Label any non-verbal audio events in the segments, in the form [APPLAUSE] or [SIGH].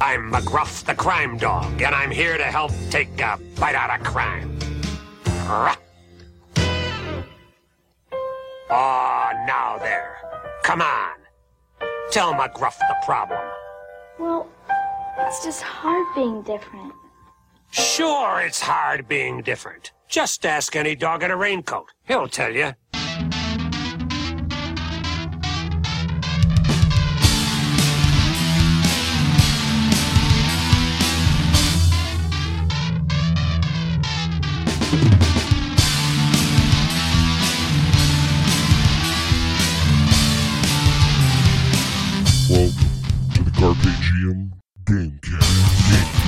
I'm McGruff the Crime Dog, and I'm here to help take a bite out of crime. Ruff. Ah, now there. Come on. Tell McGruff the problem. Well, it's just hard being different. Sure, it's hard being different. Just ask any dog in a raincoat. He'll tell you. Welcome to the Carpagium Gamecast.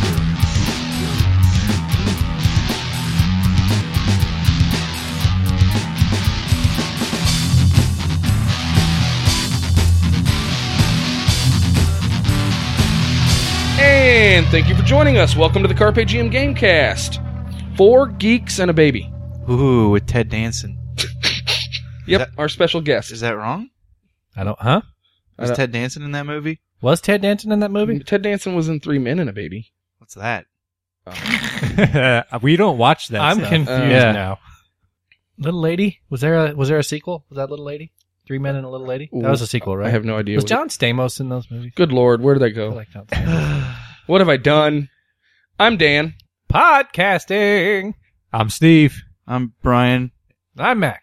And thank you for joining us. Welcome to the Carpe GM Gamecast. Four geeks and a baby. Ooh, with Ted Danson. Yep, That- our special guest. Is that wrong? I don't, huh? I Was don't- Ted Danson in that movie? Was Ted Danton in [LAUGHS] that movie? Ted Danson was in Three Men and a Baby. What's that? Uh, we don't watch that. I'm stuff. confused Yeah. now. Little Lady? Was there a was there a sequel? Was that Little Lady? Three Men and a Little Lady? That was a sequel, right? I have no idea. was what- John Stamos in those movies? Good lord, where did I I go? like John [LAUGHS] Stamos. What have I done? I'm Dan. Podcasting. [LAUGHS] I'm Steve. I'm Brian. I'm Mac.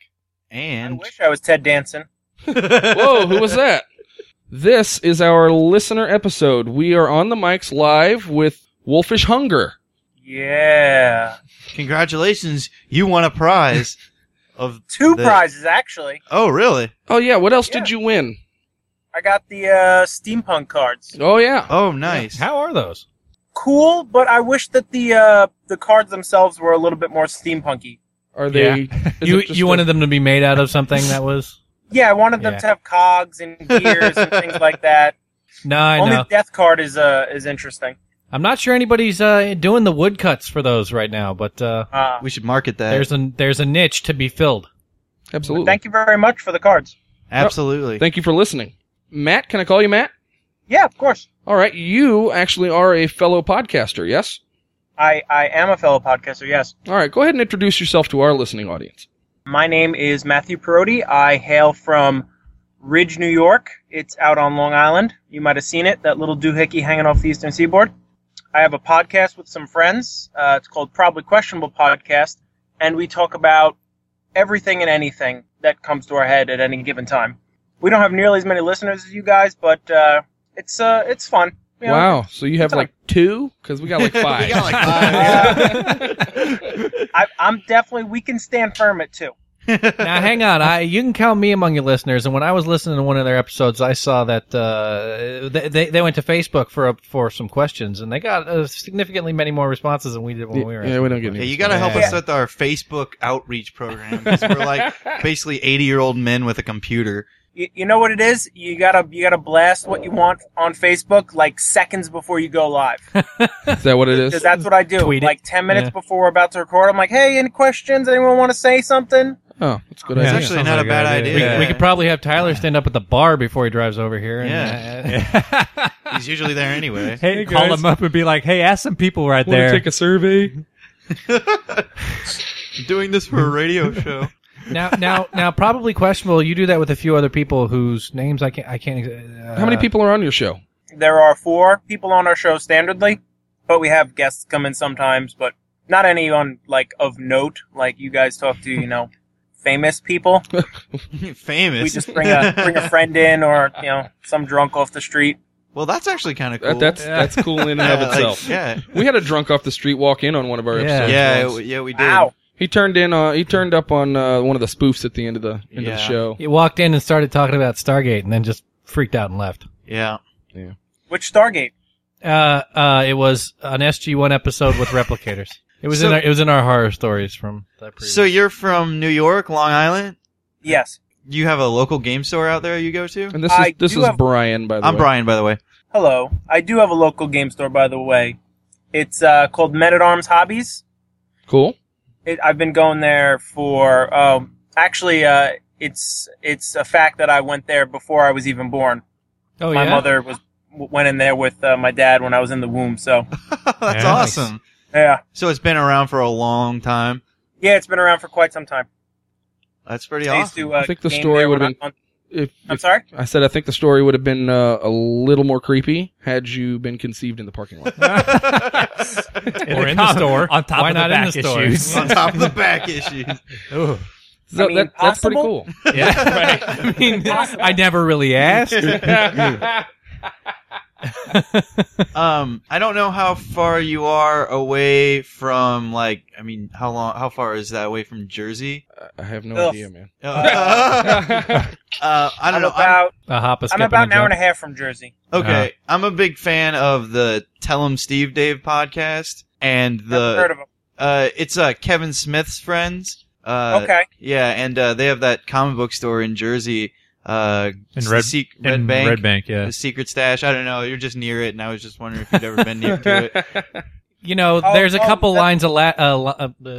And I was Ted Danson. Whoa, who was [LAUGHS] that? This is our listener episode. We are on the mics live with Wolfish Hunger. Yeah. congratulations, you won a [LAUGHS] prize of Two the- prizes, actually. Oh, really? Oh yeah, what else Yeah. did you win? I got the uh, steampunk cards. Oh yeah. Oh, nice. How are those? Cool, but I wish that the uh, the cards themselves were a little bit more steampunky. Are they? Yeah. is You it just you a- wanted them to be made out of something that was Yeah, I wanted them Yeah. to have cogs and gears and things like that. [LAUGHS] No, [LAUGHS] I Only know. the death card is uh, is interesting. I'm not sure anybody's uh, doing the woodcuts for those right now, but uh, Uh, We should market that. there's a there's a niche to be [LAUGHS] filled. Absolutely. thank you very much for the cards. Absolutely. Thank you for listening. Matt, can I call you Matt? Yeah, of course. All right, you actually are a fellow podcaster, yes? I, I am a fellow podcaster, yes. All right, go ahead and introduce yourself to our listening audience. My name is Matthew Perotti. I hail from Ridge, New York. It's out on Long Island. You might have seen it, that little doohickey hanging off the eastern seaboard. I have a podcast with some friends. Uh, it's called Probably Questionable Podcast, and we talk about everything and anything that comes to our head at any given time. We don't have nearly as many listeners as you guys, but uh, it's uh, it's fun. You know, Wow, so you have like two? Because we got like five. We got like [LAUGHS] I, I'm definitely we can stand firm at two. now hang on I, you can count me among your listeners and when i was listening to one of their episodes i saw that uh, they- they, they went to facebook for a, for some questions and they got uh, significantly many more responses than we did when Oh, we were yeah, we don't get Yeah, any. you got to help Yeah. us with our Facebook outreach program. 'cause We're [LAUGHS] like basically 80 year old men with a computer. you, you know what it is you gotta you gotta blast what you want on facebook like seconds before you go live Is that what it because is? that's what i do Tweet it. like 10 minutes Yeah. before we're about to record i'm like hey any questions anyone want to say something Oh, that's a good Yeah. It's idea. actually sounds not like a a bad good idea. we, we could probably have tyler stand up at the bar before he drives over here and, Yeah. uh, He's usually there [LAUGHS] anyway. hey, Hey, call guys. them up and be like, "Hey, ask some people right Want to there." take a survey? Doing this for a [LAUGHS] radio show. [LAUGHS] [LAUGHS] now now now probably questionable you do that with a few other people whose names i can't i can't uh, How many people are on your show? there are four people on our show standardly but we have guests come in sometimes but not anyone like of note like you guys talk to you know famous people Famous. we just bring a [LAUGHS] bring a friend in or you know some drunk off the street Well, that's actually kind of cool. That, that's Yeah. that's cool in and yeah, of [LAUGHS] like, itself. yeah. We had a drunk off the street walk in on one of our Yeah. episodes. Yeah, once. it- yeah, we did. wow he turned in. Uh, he turned up on uh, one of the spoofs at the end of the end of the Yeah. show. he walked in and started talking about stargate and then just freaked out and left Yeah. which stargate uh uh it was an sg1 episode with replicators it was in So- our, it was in our horror stories from that previous So you're from New York, Long Island. yes You have a local game store out there you go to? And this I is this do is have- Brian, by the I'm way. Brian, by the way. Hello. I do have a local game store, by the way. It's uh, called Men at Arms Hobbies. Cool. It, I've been going there for um, actually. Uh, it's it's a fact that I went there before I was even born. oh My yeah mother was w- went in there with uh, my dad when I was in the [LAUGHS] womb. So [LAUGHS] That's Nice. awesome. yeah, So it's been around for a long time. yeah, it's been around for quite some time. That's pretty I used awesome. to. Uh, I think the game story there when would've I- on- If, I'm if sorry. I said I think the story would have been uh, a little more creepy had you been conceived in the parking lot. or [LAUGHS] in the store. On top Why of the not in back the store? issues. [LAUGHS] On top of the back [LAUGHS] issues. Ooh. So I mean, that, that's pretty possible? cool. [LAUGHS] Yeah. [LAUGHS] I mean, I never really [LAUGHS] asked. Uh, Um, I don't know how far you are away from like. I mean, how long? How far is that away from [LAUGHS] Jersey? I have no Ugh. idea, man. Uh, uh, I I'm don't know. I'm- about A hop, a skip, I'm about and an a hour jump. and a half from Jersey. Okay, I'm a big fan of the Tell 'em Steve Dave podcast and Never heard the of him. uh, it's uh Kevin Smith's friends. Uh, okay, Yeah, and uh, they have that comic book store in Jersey. Uh, In Red- Sec- In Red Bank. Red Bank, yeah. The secret stash. I don't know. You're just near it, and I was just wondering if you'd ever been near to [LAUGHS] it. You know, Oh, there's a oh, couple that- lines of la- uh, la- uh, uh,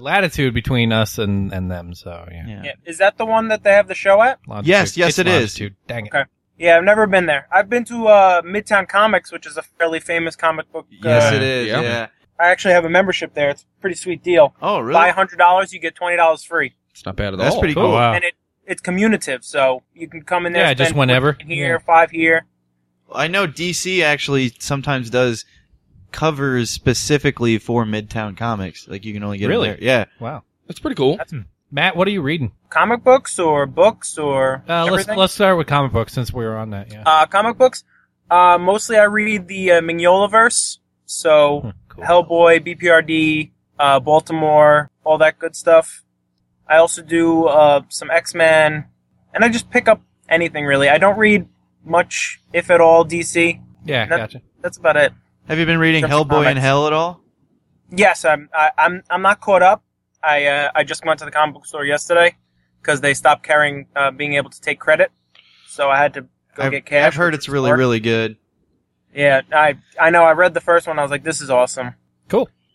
latitude between us and, and them, so yeah. Yeah. yeah. is that the one that they have the show at? [LAUGHS] Longitude. Yes, yes, it's it is. longitude. Dang it. Okay. Yeah, I've never been there. I've been to uh, Midtown Comics, which is a fairly famous comic book. Uh, Yes, it is. Yeah. Yeah. I actually have a membership there. It's a pretty sweet deal. Oh, really? Buy hundred dollars, you get twenty dollars free, It's not bad at That's all. pretty Oh, cool. wow. and it it's commutative, so you can come in there. Yeah, just spend whenever. Here, five here. I know DC actually sometimes does covers specifically for Midtown Comics. Like you can only get them Really? there. Yeah. Wow. That's pretty cool. Matt, what are you reading? Comic books or books or Uh, let's everything? let's start with comic books since we were on that. Yeah. Uh, comic books. Uh, mostly I read the uh, Mignola verse, so Hmm, Cool. Hellboy, BPRD, uh, Baltimore, all that good stuff. I also do uh, some X Men, and I just pick up anything really. I don't read much, if at all, DC. Yeah, that- gotcha. [LAUGHS] That's about it. Have you been reading Different Hellboy in comics. Hell at all? Yes, I'm. I, I'm. I'm not caught up. I uh, I just went to the comic book store yesterday because they stopped carrying uh, being able to take credit, so I had to go I've, get cash. I've heard which it's was really, hard. really [LAUGHS] good. Yeah, I I know. I read the first one. I was like, this is awesome.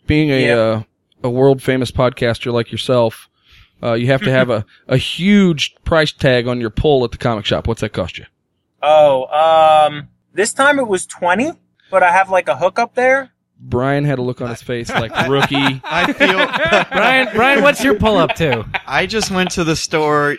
Being a Yeah. uh, a world famous podcaster like yourself, uh, you have to have a, a huge price tag on your pull at the comic shop. What's that cost you? Oh, um, this time it was twenty, but I have like a hook up there. Brian had a look on his face [LAUGHS] like rookie. I [LAUGHS] feel. Brian, Brian, what's your pull up to? I just went to the store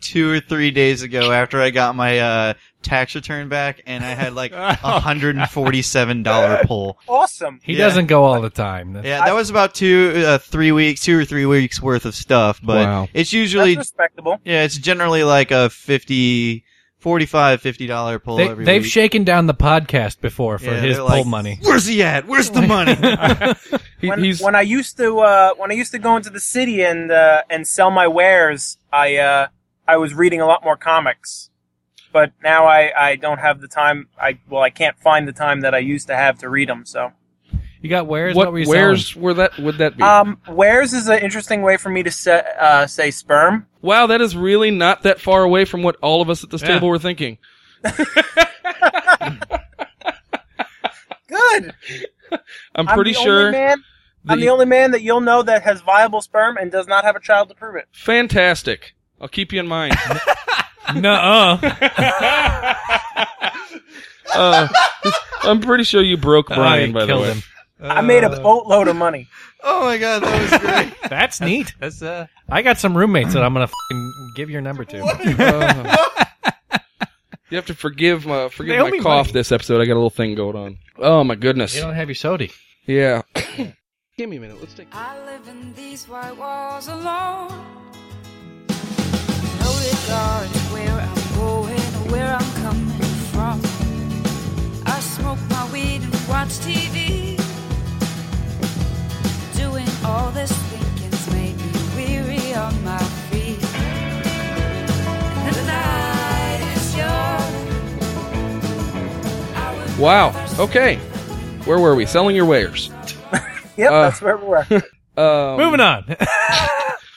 two or three days ago after I got my uh, tax return back, and I had [LAUGHS] like a Oh, hundred and forty-seven dollar pull. Awesome. He Yeah. doesn't go all the time. That's- Yeah, that was about two, uh, three weeks, two or three weeks worth of stuff. But Wow. it's usually, That's respectable. yeah, it's generally like a 50 45 fifty dollar pull every They, have week. shaken down the podcast before for Yeah, his they're pull like, money. Where's he at? Where's the money? [LAUGHS] He, when, he's when I used to uh, when I used to go into the city and uh, and sell my wares, I uh, I was reading a lot more comics. But now I, I don't have the time. I well I can't find the time that I used to have to read them. So You got wares? What, what? were you Where's where that would that be? um, wares is an interesting way for me to say, uh, say sperm. wow, that is really not that far away from what all of us at this Yeah. table were thinking. Good. I'm pretty the sure. Only man, I'm the- the only man that you'll know that has viable sperm and does not have a child to prove it. Fantastic. I'll keep you in mind. selling? [LAUGHS] Nuh-uh. [LAUGHS] uh, I'm pretty sure you broke Brian. I by the killed way, him. Uh, I made a boatload of money. oh my god, that was great. That's neat. That's uh I got some roommates that I'm gonna fing give your number to. Uh, [LAUGHS] you have to forgive my forgive They owe my me cough money. this episode. I got a little thing going on. Oh my goodness. You don't have your sody. Yeah. Give me a minute. Let's take. I live in these white walls alone. No regard to where I'm going Uh, or where I'm coming from. I smoke my weed and watch TV. Doing all this thinking's made me weary on my feet. And the night is yours. I would Wow. rather Okay. Where were we? Selling your wares. Yep, Uh, that's where we were. [LAUGHS] Um, Moving on. [LAUGHS]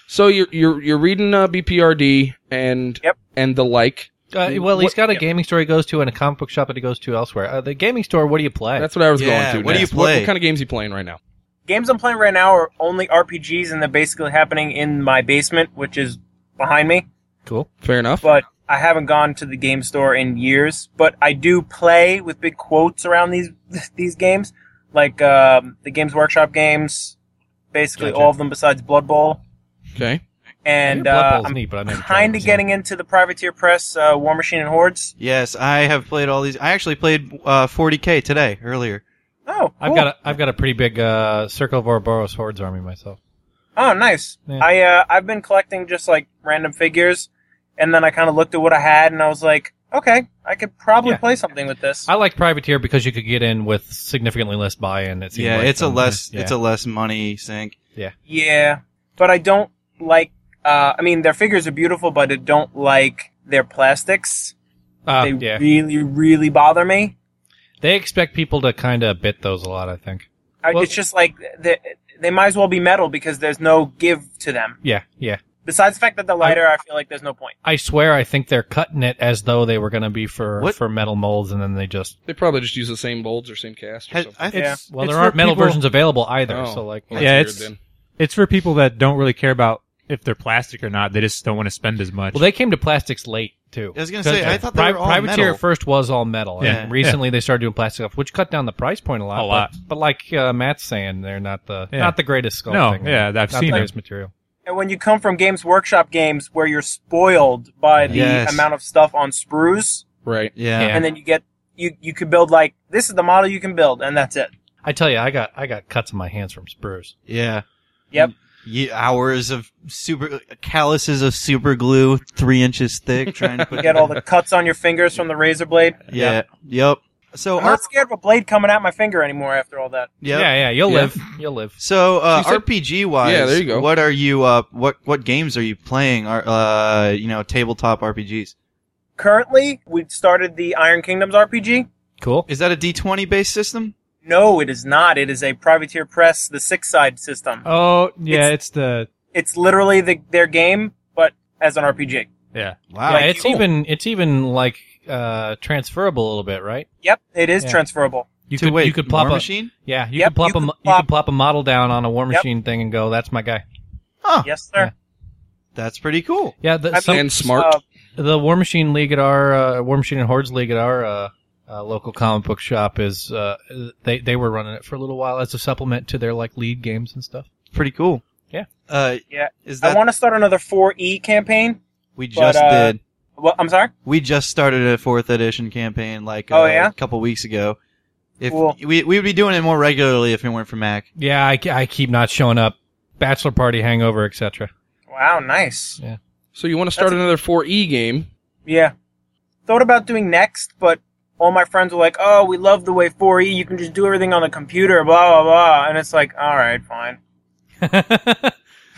So you're you're you're reading uh, BPRD and Yep. and the like. Uh, well, he's What- got a gaming store he goes to and a comic book shop that he goes to elsewhere. Uh, the gaming store, what do you play? That's what I was Yeah, going to. what do you next. What, play? what kind of games are you playing right now? games I'm playing right now are only RPGs, and they're basically happening in my basement, which is behind me. cool. Fair enough. But I haven't gone to the game store in years, but I do play with big quotes around these [LAUGHS] these games, like um, the Games Workshop games, basically Gotcha. all of them besides Blood Bowl. Okay. And Blood uh, Bowl's I'm neat, but I never tried kind it, of so- getting into the Privateer Press uh, War Machine and Hordes. Yes, I have played all these. I actually played uh, 40k today earlier. Oh, I've cool. got a, I've got a pretty big uh, Circle of Ouroboros Hordes army myself. Oh, nice. Yeah. I uh, I've been collecting just like random figures, and then I kind of looked at what I had, and I was like, okay, I could probably Yeah. play something with this. I like Privateer because you could get in with significantly less buy-in. It seemed yeah, like it's a than- less yeah. it's a less money sink. yeah, but I don't like. Uh, I mean, their figures are beautiful, but I don't like their plastics. Uh, they yeah. really, really bother me. They expect people to kind of bit those a lot. I think. I, Well- it's just like they, they might as well be metal because there's no give to them. Yeah, yeah. Besides the fact that the lighter, I, feel like there's no point. I swear, I think they're cutting it as though they were going to be for What? for metal molds, and then they just They probably just use the same molds or same cast or Has- something. I, Yeah. It's- well, it's there for aren't metal people- versions available either. Oh. So like, Well, Yeah, that's it's- weird It's for people that don't really care about if they're plastic or not. They just don't want to spend as much. well, they came to plastics late too. I was gonna say I thought they Pri- were all Privateer metal. at first was all metal, Yeah, and recently they started doing plastic stuff, which cut down the price point a lot. A but- lot. but, like uh, Matt's saying, they're not the Yeah. not the greatest sculpting. no, yeah, I've not seen the it. greatest material. And when you come from Games Workshop games where you're spoiled by the Yes. amount of stuff on sprues, Right. yeah. Yeah. and then you get you you could build like this is the model you can build, and that's it. I tell you, I got I got cuts in my hands from sprues. Yeah. Yep. Ye- hours of super calluses of super glue, three inches thick, trying to You put. get all the cuts on your fingers from the razor blade. [LAUGHS] yeah. Yep. So I'm our not scared of a blade coming out my finger anymore after all that. yep. Yeah, yeah, you'll Yeah. live, you'll live. So uh, So you said- RPG wise, Yeah, there you go. What are you? Uh, what what games are you playing? Are uh, you know, tabletop RPGs? Currently, we started the Iron Kingdoms RPG. Cool. Is that a D twenty based system? No, it is not. It is a privateer press, the six side system. Oh, yeah, It's- it's, the It's literally the, their game, but as an RPG. yeah. Wow. yeah, like it's you. even it's even like uh transferable a little bit, right? Yep, it is Yeah. transferable. You To could wait, you could War plop a machine. yeah you Yep, could plop you a could mo- you plop- could plop a model down on a war Yep. machine thing and go that's my guy. Huh. Yes, sir. That's pretty cool. Yeah, the, I've some- And smart. Uh, the War Machine League at our uh, War Machine and Hordes League at our uh, uh, local comic book shop is uh, they they were running it for a little while as a supplement to their like lead games and stuff. Pretty cool. Yeah. Uh, Yeah. Is I that want to start another 4E campaign. we but, just uh, did? Well, I'm sorry. We just started a fourth edition campaign like uh, Oh, yeah? a couple weeks ago. If Cool. we we would be doing it more regularly if it weren't for Mac. Yeah, I, I keep not showing up. Bachelor party, hangover, [LAUGHS] etc. Wow, nice. So you want to start That's another 4E game? Yeah. Thought about doing next, but all my friends were like, oh, we love the way 4E, you can just do everything on the computer, blah, blah, blah. And it's like, all right, fine.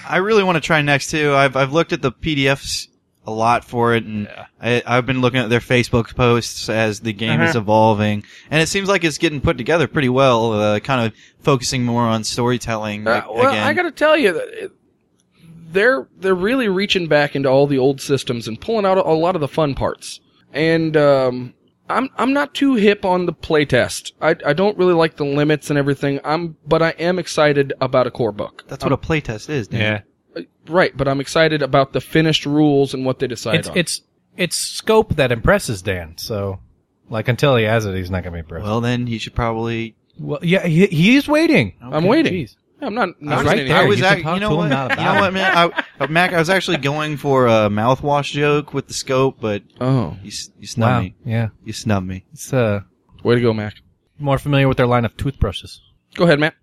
I really want to try next too. I've I've looked at the PDFs a lot for it, and I, I've been looking at their Facebook posts as the game Uh-huh. is evolving, and it seems like it's getting put together pretty well. Uh, kind of focusing more on storytelling like, Uh, well, again. I got to tell you, that it- they're they're really reaching back into all the old systems and pulling out a, a lot of the fun parts. And um, I'm I'm not too hip on the playtest. I I don't really like the limits and everything. I'm but I am excited about a core book. That's what a playtest is. Dan. Yeah. Right, but I'm excited about the finished rules and what they decide it's on. it's it's scope that impresses Dan. So, like until he has it, he's not gonna be impressed. Well, Well, then you should probably. yeah, he, he's waiting. I'm waiting. I'm not. I not was, right saying there. I anything. was You act- can talk you know to him what? not you know about what, man? I, uh, Mac, I was actually going for a mouthwash joke with the scope, but Oh, you s- you snubbed Wow. me. Yeah, You snubbed me. it's uh way to go, Mac. more familiar with their line of toothbrushes. Go ahead, Matt.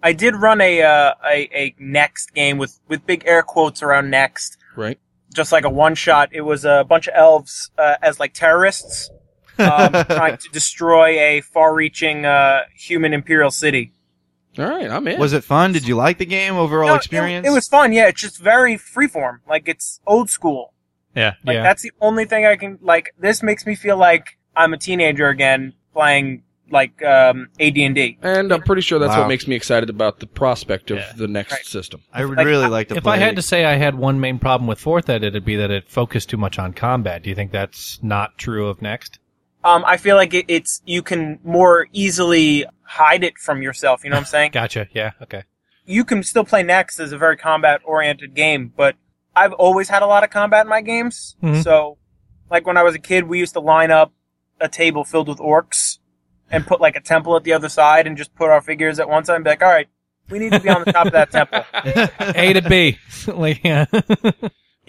I did run a, uh, a, a next game with, with big air quotes around next. Right. Just like a one shot. It was a bunch of elves uh, as like terrorists um, trying to destroy a far reaching uh, human imperial city. All right, I'm in. Was it fun? Did you like the game overall No, it- experience? It, was fun, yeah. It's just very freeform. Like, it's old school. Yeah. Like Yeah. that's the only thing I can like. This makes me feel like I'm a teenager again, playing like um, AD&D. and I'm pretty sure that's Wow. what makes me excited about the prospect of Yeah. the next Right. system. I would like, really like to if play. I had to say I had one main problem with fourth ed, it'd be that it focused too much on combat. Do you think that's not true of next? Um, I feel like it, it's you can more easily hide it from yourself. You know what [LAUGHS] I'm saying? Gotcha. Yeah. Okay. you can still play Next as a very Mm-hmm. combat oriented game, but I've always had a lot of combat in my games, Mhm. so Like when I was a kid, we used to line up a table filled with orcs and put like a temple at the other side and just put our figures at one side and be like, all right, we need to be on the top of [LAUGHS] that temple. [LAUGHS] A to B. [LAUGHS] like, yeah. You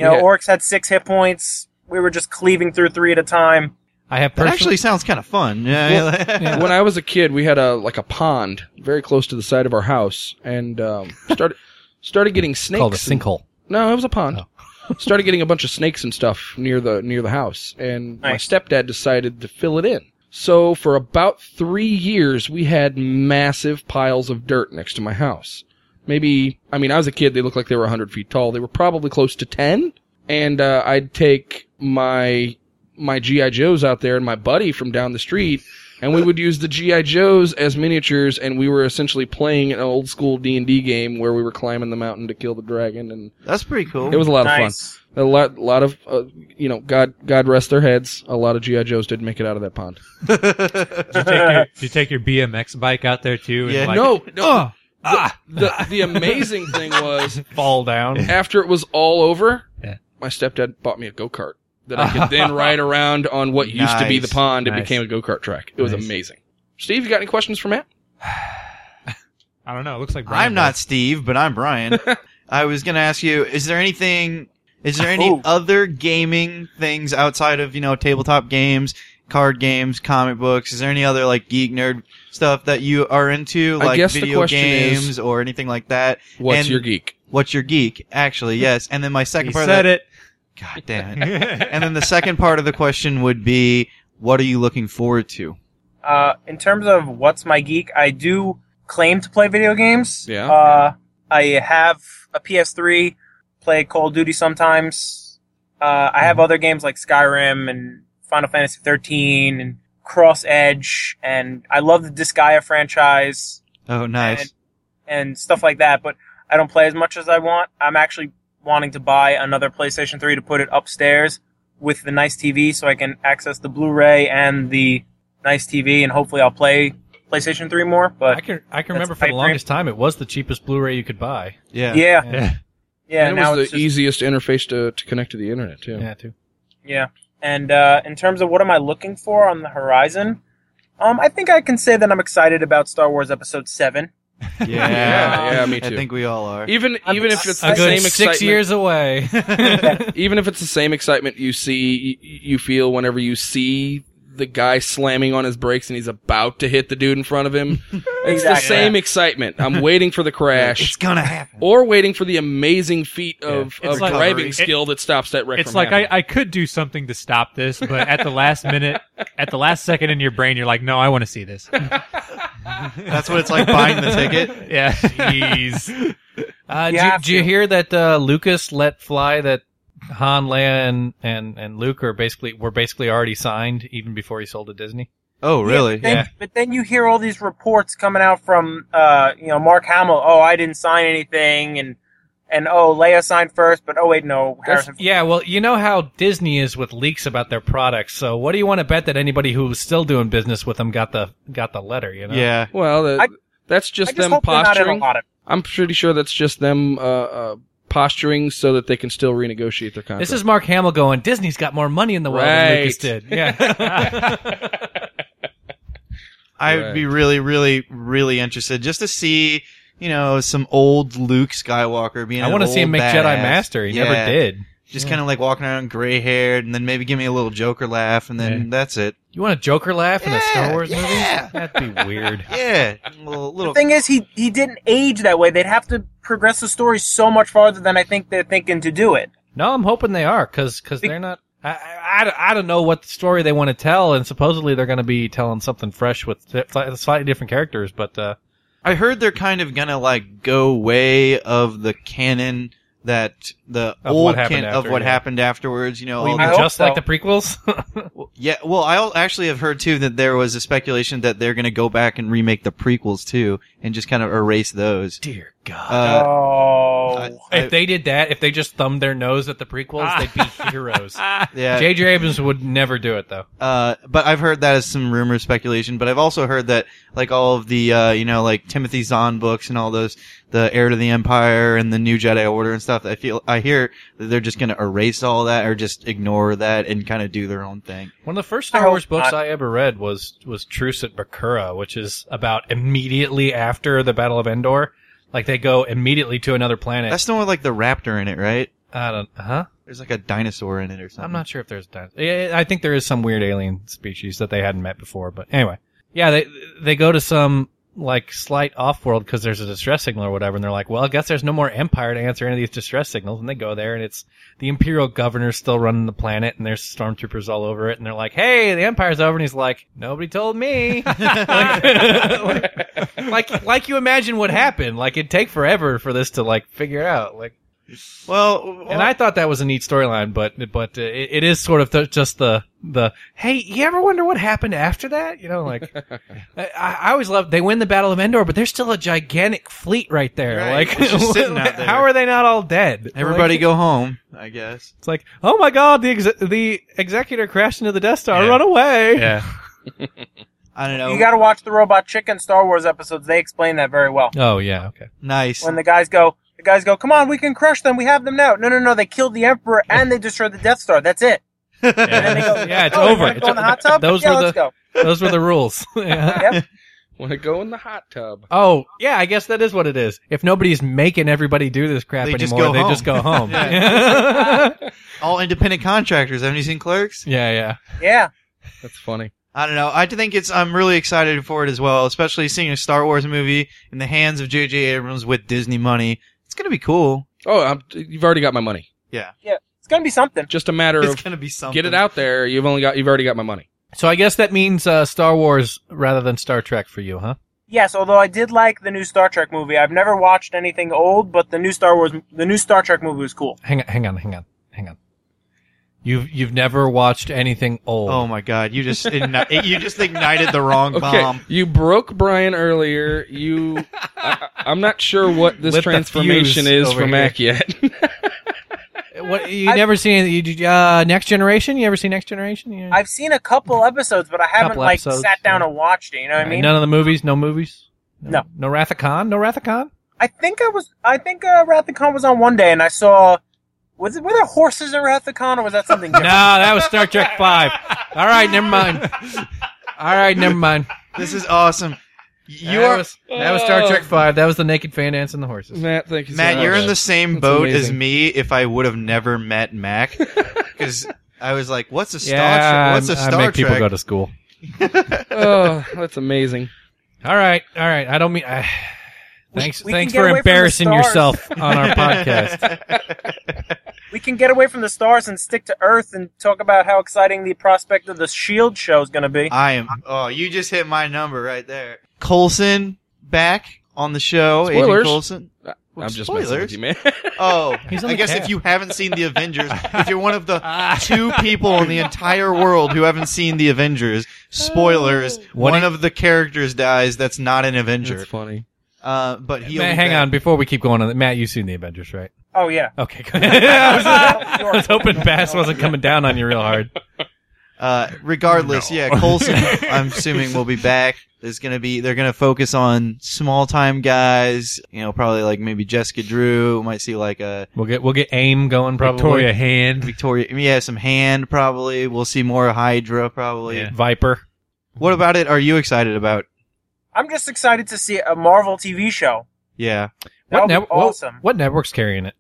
know, Yeah. orcs had six hit points. We were just cleaving through three at a time. I have That personal, actually sounds kind of fun. Yeah. yeah. when I was a kid, we had a like a pond very close to the side of our house, and um, started started getting snakes. called a and- sinkhole. No, it was a pond. [LAUGHS] started getting a bunch of snakes and stuff near the near the house, and Nice. my stepdad decided to fill it in. So for about three years, we had massive piles of dirt next to my house. Maybe I mean I was a kid; they looked like they were hundred feet tall. They were probably close to ten, and uh, I'd take my my GI Joes out there and my buddy from down the street, and we would use the GI Joes as miniatures, and we were essentially playing an old school D and D game where we were climbing the mountain to kill the dragon, and [LAUGHS] That's pretty cool. it was a lot of fun. Nice. A lot, lot of, uh, you know, God, God rest their heads. A lot of GI Joes didn't make it out of that pond. [LAUGHS] Did you take your, did you take your BMX bike out there too? Yeah. And like, no, no. "Ugh, the, the, the amazing thing was Fall down. after it was all over, Yeah. my stepdad bought me a go kart that I could then ride around on what used to be the Nice, pond. It nice. became a go kart track. It was Nice. amazing. Steve, you got any questions for Matt? I don't know. It looks like Brian I'm not does. Steve, but [LAUGHS] I'm Brian. I was going to ask you, is there anything, is there any Oh. other gaming things outside of, you know, tabletop games, card games, comic books? Is there any other like geek nerd stuff that you are into, I like guess the video question is- games or anything like that? What's And- your geek? What's your geek? Actually, yes. And then my second He part said of it. that, God damn it. [LAUGHS] and then the second part of the question would be, what are you looking forward to? Uh, in terms of what's my geek, I do claim to play video games. Yeah. Uh, I have a PS3, play Call of Duty sometimes. Uh, I have other games like Skyrim and Final Fantasy 13 and Cross Edge, and I love the Disgaea franchise Oh, nice. and stuff like that. But I don't play as much as I want. I'm actually wanting to buy another PlayStation 3 to put it upstairs with the nice TV, so I can access the Blu-ray and the nice TV, and hopefully I'll play PlayStation 3 more. I But can I can That's remember for the pipe dream. longest time it was the cheapest Blu-ray you could buy. Yeah. yeah, yeah, Yeah, And it now was the it's just, easiest interface to, to connect to the internet too. yeah too. yeah. And uh, in terms of what am I looking for on the horizon, um, I think I can say that I'm excited about Star Wars Episode 7. Yeah. Yeah, yeah, me I too. think we all are. Even I'm even if it's a the A good same six excitement, years away. [LAUGHS] even if it's the same excitement you see you, you feel whenever you see the guy slamming on his brakes and he's about to hit the dude in front of him it's the Exactly. same excitement i'm waiting for the It's crash gonna happen. or waiting for the amazing feat of, Yeah. It's of like- driving It- skill that stops that wreck it's from like I, happening. I could do something to stop this, but at the last minute, at the last second in your brain, you're like, no, I want to [LAUGHS] see this. That's what it's like buying [LAUGHS] the ticket. Yeah. [LAUGHS] Jeez. Uh, You do, have do you to. hear that uh, Lucas let fly that Han, Leia, and, and, and Luke are basically were basically already signed even before he sold to Disney? Oh, really? Then, But then you hear all these reports coming out from, uh, you know, Mark Hamill. Oh, I didn't sign anything, and and oh, Leia signed first, but oh wait, no, That's- Harrison. yeah, well, you know how Disney is with leaks about their products. So, what do you want to bet that anybody who's still doing business with them got the got the letter? You know, Yeah. well the, I- that's I just just them hope they're not in a posturing lot of. i'm pretty sure that's just them uh, uh, posturing so that they can still renegotiate their contract This is Mark Hamill going. Disney's got more money in the world than Lucas Right. did. [LAUGHS] [LAUGHS] Yeah, I would be really, really, really interested just to see, you know, some old Luke Skywalker being. I want to see him make Jedi Master. He never did. Just kind of like walking around gray haired, and then maybe give me a little Joker laugh, and then that's it. You want a Joker laugh in a Star Yeah, Wars movie? yeah. That'd be weird. [LAUGHS] Yeah, a little. little The thing is, he he didn't age that way. They'd have to progress the story so much farther than I think they're thinking to do it. No, I'm hoping they are because because they're not. I, I, I don't- I don't know what story they want to tell, and supposedly they're going to be telling something fresh with th- sli- slightly different characters. But uh, I heard they're kind of gonna like go way of the canon that the Of what old happened canon of after, what yeah. happened afterwards. You know, all I the hope just like the so. prequels, [LAUGHS] Yeah, well, I al- actually have heard too that there was a speculation that they're going to go back and remake the prequels too, and just kind of erase those. dear God. Uh, oh, I- If I- they did that, if they just thumbed their nose at the prequels, they'd [LAUGHS] be heroes. yeah, J.J. Abrams would never do it though. Uh, but I've heard that as some rumor speculation. But I've also heard that like all of the uh, you know like Timothy Zahn books and all those, the Heir to the Empire and the New Jedi Order and stuff. I feel I hear that they're just going to erase all that or just ignore that and kind of do their own thing. One of the first I Star hope Wars books not. I ever read was was Truce at Bakura, which is about immediately after the Battle of Endor. Like they go immediately to another planet. That's the one with like the raptor in it, right? I don't. Huh? There's like a dinosaur in it or something. I'm not sure if there's dinosaurs. Yeah, I think there is some weird alien species that they hadn't met before. But anyway, yeah, they they go to some like slight off world because there's a distress signal or whatever, and they're like, well, I guess there's no more Empire to answer any of these distress signals, and they go there, and [LAUGHS] it's the Imperial governor's still running the planet, and there's stormtroopers all over it, and they're like, hey, the Empire's over, and he's like, nobody [LAUGHS] told me. like, like like you imagine what happened. Like it'd take forever for this to like figure out. Like. Well, And I thought that was a neat storyline, but but uh, it, it is sort of the, just the the hey, you ever wonder what happened after that? You know, [LAUGHS] like I, I always love they win the Battle of Endor, but there's still a gigantic fleet right there. Right, Like it's just sitting out there. [LAUGHS] how are they not all dead? everybody Like, go home. I guess. It's like oh my god, the exe- the executor crashed into the Death Star, Yeah. run away. Yeah. I don't know. you got to watch the Robot Chicken Star Wars episodes. They explain that very well. Oh yeah, okay. nice. [LAUGHS] When the guys go, the guys go, "Come on, we can crush them. We have them now." No, no, no. They killed the Emperor and they destroyed the Death Star. That's it. And they go, Yeah, it's "Oh, you over. wanna It's Go in the hot tub. Those yeah, were let's the [LAUGHS] go. those were the rules. [LAUGHS] Yeah. Want to go in the hot tub? Oh yeah, I guess that is what it is. If nobody's making everybody do this crap They just anymore, go they home. just go home. yeah. Yeah. all independent contractors. Haven't you seen Clerks? [LAUGHS] yeah, Yeah. That's funny. I don't know. I think it's. I'm really excited for it as well, especially seeing a Star Wars movie in the hands of J.J. Abrams with Disney money. It's gonna be cool. Oh, I'm, you've already got my money. It's gonna be something. Just a matter It's of gonna be something. get it out there. You've only got you've already got my money. So I guess that means uh, Star Wars rather than Star Trek for you, huh? Yes, although I did like the new Star Trek movie. I've never watched anything old, but the new Star Wars, the new Star Trek movie was cool. Hang on, hang on, hang on, hang on. You've you've never watched anything old. Oh my God! You just igni- [LAUGHS] you just ignited the wrong Okay, bomb. you broke Brian earlier. You, I, I- I'm not sure what this Lit the transformation is fuse over from here. Akiat. What you I- never seen? You did- uh, Next Generation? You ever seen Next Generation? You- I've seen a couple episodes, but I haven't Couple like episodes, sat down yeah. and watched it. You know what I mean? None of the movies. No movies. No. No Rathacon. No [LAUGHS] Rathacon. I think I was. I think uh, Wrath of Khan was on one day, and I saw. Was it were there horses in Wrath of Khan, or was [LAUGHS] that something? No, different? that was Star Trek Five. All right, never mind. All right, never mind. This is awesome. You that are was, that was Star Trek Five. That was the naked fan dance and the [LAUGHS] horses. Matt, thank you. so Matt. much. You're in the same That's boat as amazing. me. If I would have never [LAUGHS] met Mac, because I was like, "What's a Star Yeah, Trek? What's a I- I Star make people go Trek?" to school. [LAUGHS] [LAUGHS] Oh, that's amazing. All right, all right. I don't mean. I, [SIGHS] thanks, we thanks can get for away from the embarrassing stars. yourself on [LAUGHS] our podcast. We can get away from the stars and stick to Earth and talk about how exciting the prospect of the Shield E show is going to Uh, be. [LAUGHS] I am. Oh, you just hit my number right there. Colson back on the show. Spoilers. Agent Colson. I'm just messing with Spoilers. you, man. Oh, He's on I the Ah. guess cast. if you haven't seen the Avengers, if you're one of [LAUGHS] the two people in the entire world who haven't seen the Avengers, spoilers, What one do- of the characters dies that's not [LAUGHS] an That's Avenger. funny. Uh, but he Matt, hang on, before we keep going on, that, Matt, you've seen the Avengers, right? Oh yeah, Okay, good. [LAUGHS] I, was, I was hoping Bass wasn't coming down on you real hard. Uh, regardless, yeah, Colson, I'm assuming will be back. There's gonna be they're gonna focus on small time guys. You know, probably like maybe Jessica Drew. Might see like [LAUGHS] a [LAUGHS] We'll get we'll get aim going probably. Victoria Hand. Victoria. Yeah, some hand probably. We'll see more Hydra probably. Yeah. Viper. What about it? Are you excited about? I'm just excited to see a Marvel TV show. Yeah. That'll net- be awesome. What, what network's carrying it?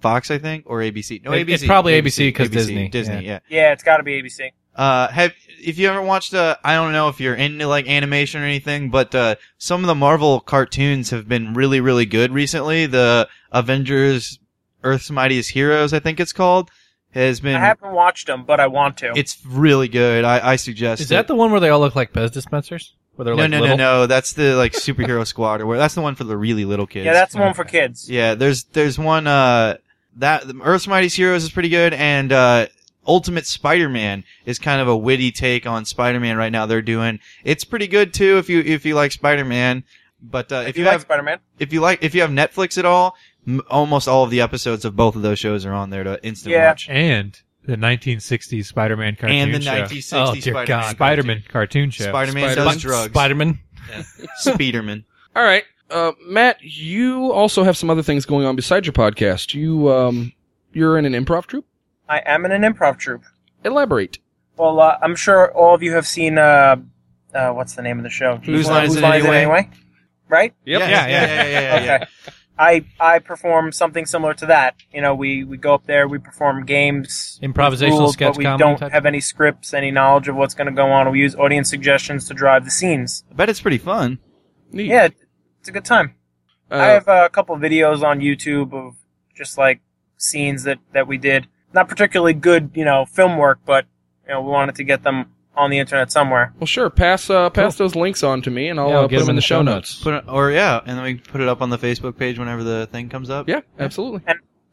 Fox, I think, or ABC. No, It- ABC. it's probably ABC 'cause Disney, Disney, yeah. Yeah, it's got to be ABC. Uh, have if you ever watched? Uh, I don't know if you're into like animation or anything, but uh, some of the Marvel cartoons have been really, really good recently. The Avengers, Earth's Mightiest Heroes, I think it's called, has I been. haven't watched them, but I want to. it's really good. I, I suggest. Is that it. the one where they all look like Pez dispensers? Where they're No, like no, no, little? no. That's the like superhero [LAUGHS] squad or where. That's the one for the really little kids. yeah, that's the one for kids. Yeah, there's there's one uh that Earth's Mightiest Heroes is pretty good and uh Ultimate Spider-Man is kind of a witty take on Spider-Man right now they're doing. It's pretty good too if you if you like Spider-Man. But uh, if, If you you like have Spider Man, if you like if you have Netflix at all, m- almost all of the episodes of both of those shows are on there to instant Yeah. watch. and the 1960s Spider-Man cartoon And the show. 1960s oh, dear Spider-Man God. cartoon. Spider-Man cartoon show. Spider Man Spider-Man. does drugs. [LAUGHS] Spider-Man. Spiderman. All right, uh, Matt, you also have some other things going on besides your podcast. You um, you're in an improv troupe. I am in an improv troupe. Elaborate. Well, uh, I'm sure all of you have seen uh, uh, what's the name of the show? Whose Who's Line Is It Anyway? Right? Yeah, yeah, yeah, yeah, yeah, yeah. Okay. I I perform something similar to that. You know, we we go up there, we perform games, with Improvisational rules, sketch but we comedy don't type? have any scripts, any knowledge of what's going to go on. We use audience suggestions to drive the scenes. I bet it's pretty fun. Neat. Yeah, it's a good time. Uh, I have uh, a couple videos on YouTube of just like scenes that that we did. Not particularly good, you know, film work, but you know, we wanted to get them on the internet somewhere. well, sure. Pass uh, pass those links on to me, and I'll, Yeah, I'll uh, put get them in the show notes. Put it, or yeah, and then we can put it up on the Facebook page whenever the thing comes up. Yeah, absolutely.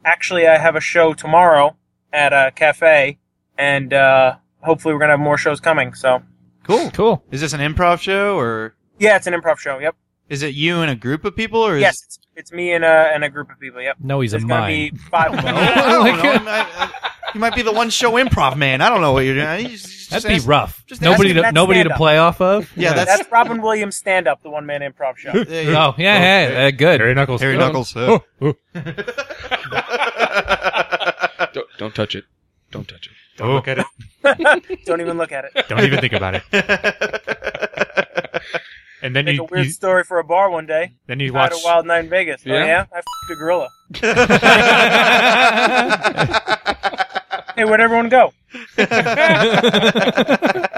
Actually, I have a show tomorrow at a cafe, and uh, hopefully, we're gonna have more shows coming. So, Cool. Cool. Is this an improv show or yeah, it's an improv show. Yep. is it you and a group of people or is Yes, it's, it's me and a and a group of people. Yep. No, he's There's a gonna mime. be five. [LAUGHS] of [LAUGHS] I them. don't know. I might- I- you might be the one show improv man. I don't know what you're doing. You just- just That'd be ask- rough. just Nobody, ask to, him. nobody to That's play off of. Yeah, that's, [LAUGHS] That's Robin Williams stand up, the one man improv show. there you Oh yeah, go. yeah, yeah, [LAUGHS] good. Harry Knuckles. Harry Oh. Knuckles. uh. Oh, oh, Don't, don't touch it. Don't touch it. don't Oh, look at it. Don't even look at it. Don't even think about it. And then Make a you, weird you- story for a bar one day. then you I watch had a wild night in Vegas. Oh Yeah? yeah, I f***ed a gorilla. Hey, where'd everyone go? [LAUGHS]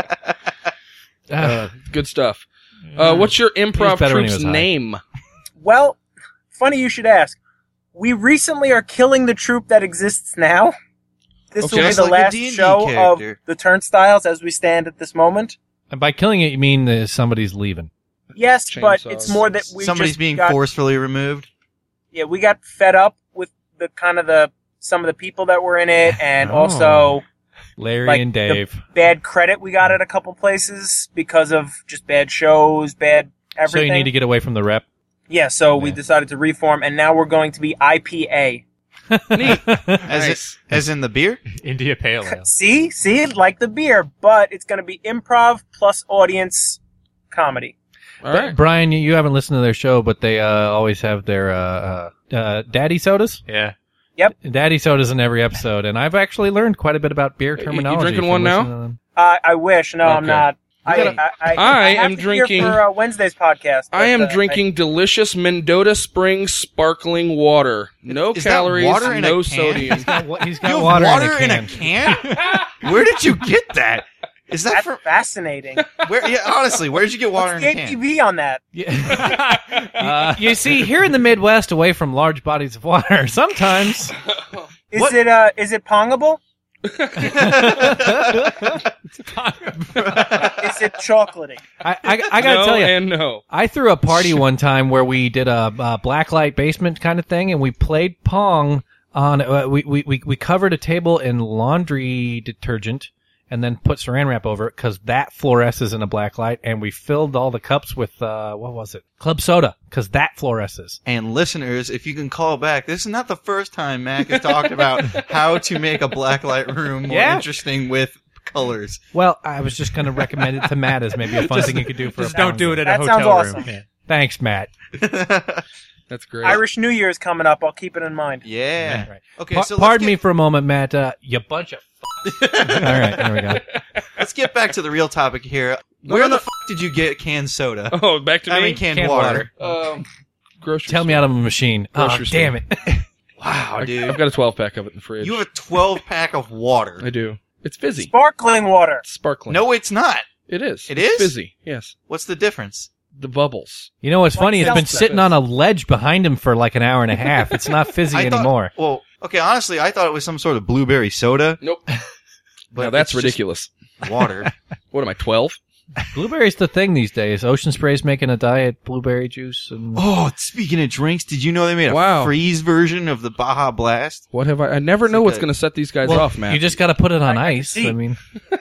Oh. [LAUGHS] Uh, Good stuff. Uh, what's your improv He's better when he troupe's was high. name? Well, funny you should ask. We recently are killing the troop that exists now. This Okay. will be Just the like a last D&D show character. of the turnstiles as we stand at this moment. Uh, and by killing it, you mean that somebody's leaving. Yes, but Chainsaws. it's more that [LAUGHS] we Somebody's just being got, forcefully removed. Yeah, we got fed up with the kind of the some of the people that were in it, and Oh. also Larry Like and the- Dave. bad credit we got at a couple places because of just bad shows, bad so everything. you need to get away from the rep. yeah, so we Yeah. decided to reform, and now we're going to be IPA. As, it, as in the beer? [LAUGHS] India Pale Ale. [LAUGHS] See, see, like the beer, but it's going to be improv plus audience comedy. All right. Brian, you- you haven't listened to their show, but they uh, always have their uh, uh, uh, daddy sodas. Yeah. Daddy sodas in every episode, and I've actually learned quite a bit about beer you terminology. drinking from one now? listening to them. I I wish. No, I'm Okay. not. I, You gotta- I, I, I have am to drinking- Hear for uh, Wednesday's podcast. I am but, uh, drinking delicious Mendota Springs sparkling water. No Is that calories, water in a no can? [LAUGHS] sodium. He's got wa- He's You got have water, in a can? [LAUGHS] Where did you get that? Is that That's from fascinating. where? Yeah, honestly, where did you get water What's in a the can? ATV on that? Yeah. Uh, you, you see, here in the Midwest, away from large bodies of water, [LAUGHS] sometimes Is What- it uh, is [LAUGHS] it pongable? Is it chocolatey? I, I, I gotta no tell you, and no. I threw a party one time where we did a, uh blacklight basement kind of thing, and we played pong on. Uh, we, we we we covered a table in laundry detergent, and then put Saran wrap over it because that fluoresces in a blacklight, and we filled all the cups with uh, what was it? Club soda because that fluoresces. And listeners, if you can call back, this is not the first time Mac has talked about how to make a blacklight room more Yeah. interesting with colors. [LAUGHS] Well, I was just gonna recommend it to Matt as maybe a fun thing you could do for. Just don't do it at That a sounds hotel awesome. room. Thanks, Matt. That's great. Irish New Year is coming up. I'll keep it in mind. yeah. Right. Okay, Pa- so let's pardon get, me for a moment, Matt. Uh, you bunch of. [LAUGHS] [LAUGHS] F- all right, there we go. Let's get back to the real topic here. Where the f- did you get canned soda? Oh, back to I me. mean canned, Canned water. Um, grocery. Tell me store. out of a machine. Oh, Grocery store. damn it. Wow, I, have dude. got a 12 pack of it in the fridge. You have a 12 pack of water. I do. It's fizzy. Sparkling water. It's sparkling. No, it's not. it is. It It's is? fizzy. Yes. What's the difference? The bubbles. You know what's Like funny? It's been seltzer. sitting on a ledge behind him for like an hour and a half. It's [LAUGHS] not fizzy I thought- anymore. Well, okay, honestly, I thought it was some sort of blueberry soda, Nope. [LAUGHS] but now that's it's just ridiculous. Water. What am I? 12? Blueberry's the thing these days. Ocean Spray's making a diet blueberry juice. And... oh, speaking of drinks, did you know they made a Wow. freeze version of the Baja [LAUGHS] Blast? What have I? I never It's know like what's a- going to set these guys Well, off, man. You just got to put it on ice. see. I mean,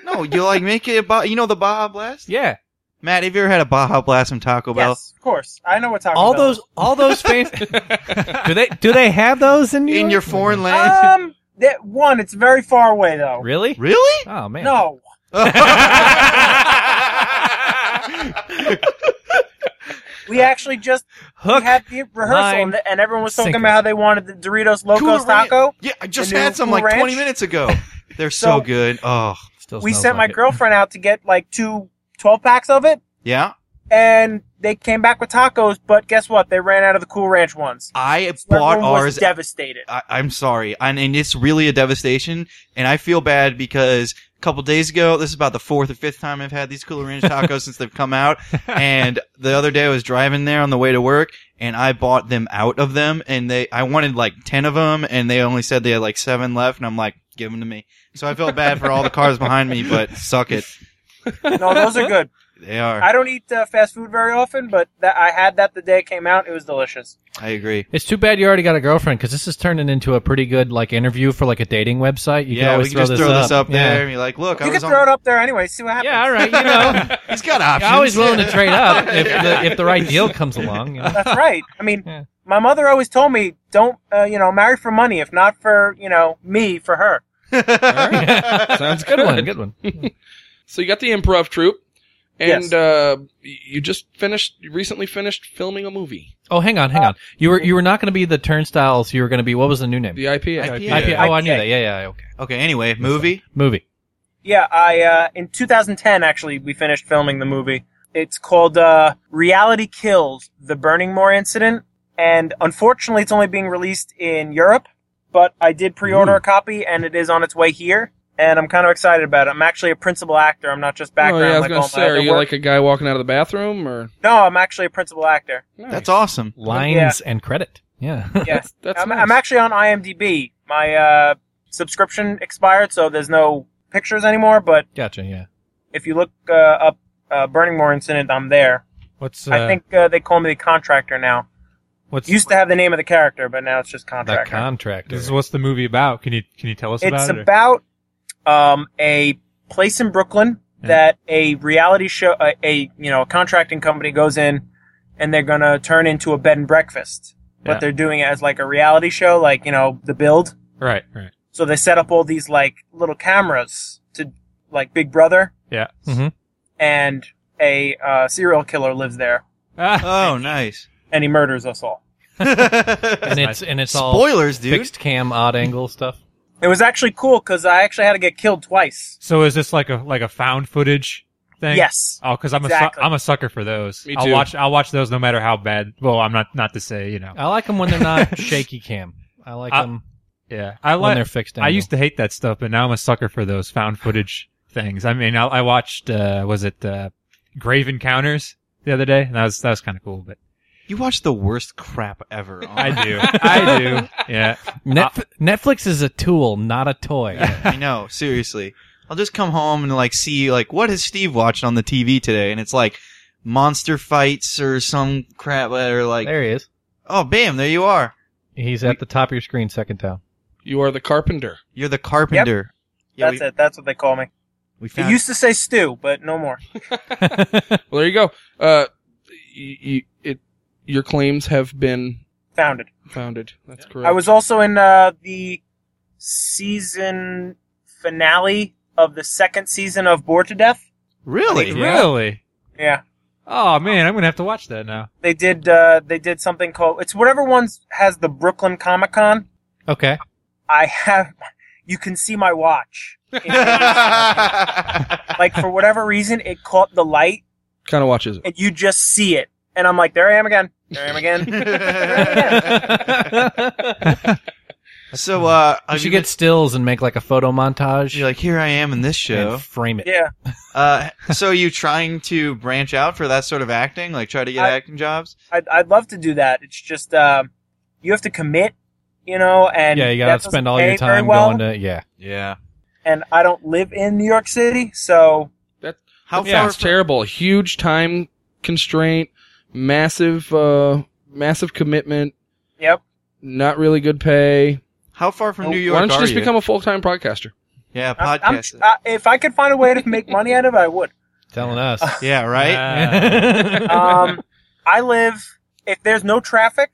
No, you like make it about you know the Baja Blast? yeah. Matt, have you ever had a Baja Blast from Taco Bell? Yes, of course. I know what Taco all Bell those, all those fancy. [LAUGHS] do they do they have those in New In York? your foreign is. land? Um, that one. It's very far away though. really? [LAUGHS] really? Oh man, No. We actually just Uh, Hook. we had the rehearsal line, and, and everyone was talking sinker. about how they wanted the Doritos Locos Cool Ranch- Taco. Yeah, I just The new had some Cool like 20 Ranch? minutes [LAUGHS] ago. They're so, So- good. Oh, Still We smells sent my like it. girlfriend out to get like two 12 packs of it, yeah. and they came back with tacos. But guess what? They ran out of the Cool Ranch ones. I bought Everyone was ours. [LAUGHS] devastated. I, I'm sorry. And, and it's really a devastation. And I feel bad because a couple days ago, this is about the fourth or fifth time I've had these Cooler Ranch tacos [LAUGHS] since they've come [LAUGHS] out. And the other day I was driving there on the way to work and I bought them out of them. And they, I wanted like 10 of them and they only said they had like seven left. And I'm like, give them to me. So I felt bad for all the cars behind me, but suck it. No, those are good. They are. I don't eat uh, fast food very often, but that I had that the day it came out. It was delicious. I agree. It's too bad you already got a girlfriend because this is turning into a pretty good like interview for like a dating website. You can yeah, we always can just throw throw this this up Yeah. there and be like, look, I you was can on. throw it up there anyway. See what happens. Yeah, all right. [LAUGHS] You know, He's got [LAUGHS] options. I'm always willing to trade up if the, if the right deal comes along. [LAUGHS] You know? [LAUGHS] That's right. I mean, Yeah. my mother always told me, don't uh, you know, marry for money, if not for you know me, for her. [LAUGHS] [LAUGHS] Sounds Good one. Good one. So you got the improv troupe, and Yes. uh, you just finished, you recently finished filming a movie, Oh, hang on, hang on. You were you were not going to be the turnstiles. You were going to be what was the new name? the IPA. IPA. IPA. Yeah. Oh, I knew IPA. that. Yeah, yeah. Okay. Okay, anyway, movie. Movie. Yeah, I uh, in 2010 actually we finished filming the movie. It's called uh, Reality Kills: The Burning Moor Incident, and unfortunately, it's only being released in Europe. But I did pre-order a copy, and it is on its way here. And I'm kind of excited about it. I'm actually a principal actor. I'm not just Oh background yeah, I was like gonna all say, my are other you work. like a guy walking out of the bathroom, or no, I'm actually a [LAUGHS] principal actor. That's awesome. Lines and credit. Yeah. [LAUGHS] Yeah. That's I'm, nice. I'm actually on IMDb. My uh, subscription expired, so there's no pictures anymore. But gotcha. Yeah. if you look uh, up uh, Burning Moor incident, I'm there. What's I uh, think uh, they call me the contractor now. what's Used to have the name of the character, but now it's just The contractor. contractor. this is what's the movie about? Can you can you tell us it's about it? or- about um, a place in Brooklyn Yeah. that a reality show, a, a you know, a contracting company goes in, and they're gonna turn into a bed and breakfast. Yeah. But they're doing it as like a reality show, like you know, The Build. right, right. So they set up all these like little cameras to like Big Brother, Yeah. Mm-hmm. and a uh, serial killer lives there, Mm-hmm. Oh, nice. and he murders us all. and [LAUGHS] it's and it's all Spoilers, dude. fixed cam odd angle stuff. It was actually cool because I actually had to get killed twice. [LAUGHS] so is this like a like a found footage thing? Yes, Oh, because I'm Exactly. a su- I'm a sucker for those. Me I'll too. watch I'll watch those no matter how bad. Well, I'm not not to say you know. I like them when they're not shaky cam. I like I- them Yeah, I when they're like. fixed. Angle. I used to hate that stuff, but now I'm a sucker for those found footage things. I mean, I, I watched uh, was it uh, Grave Encounters the other day, and that was that was kind of cool. But You watch the worst crap [LAUGHS] ever. Oh, I do, [LAUGHS] I do. Yeah, Netf- Netflix is a tool, not a toy. I know. Seriously, I'll just come home and like see like what has Steve watched on the TV today, and it's like monster fights or some crap, or like there he is. oh, bam, there you are. He's at the top of your screen, second down. you are the carpenter. You're the carpenter. Yeah, that's we, it. That's what they call me. We It found. used to say stew, but no more. Well, there you go. Uh, you, you, it, your claims have been Founded. founded. That's correct. I was also in uh, the season finale of the second season of Bored to Death. [LAUGHS] really? [LAUGHS] really. Yeah, Oh man, I'm gonna have to watch that now. they did. Uh, they did something called it's whatever one has the Brooklyn Comic Con. [LAUGHS] Okay. I have. [LAUGHS] You can see my watch. [LAUGHS] like for whatever reason, it caught the light, kind of watches it. and you just see it. And I'm like, there I am again. There I am again. [LAUGHS] so, uh, [LAUGHS] You have should get stills and make like a photo montage You're like, here I am in this show. and frame it. yeah. Uh, so are you trying to branch out for that sort of acting, like try to get I- acting jobs? I'd, I'd love to do that. It's just um, you have to commit, you know, [LAUGHS] and yeah, you that gotta doesn't spend all your pay very time well, going to yeah. Yeah. And I don't live in New York City, so How yeah, far? it's terrible. Huge time constraint, massive, uh, massive commitment, yep. not really good pay. How far from New York Oh, Why don't you are just you? become a full time podcaster? yeah, I- I'm, podcast. [LAUGHS] I, if I could find a way to make money out of it, I would. Telling us. Yeah, right? [LAUGHS] Um, I live. If there's no traffic,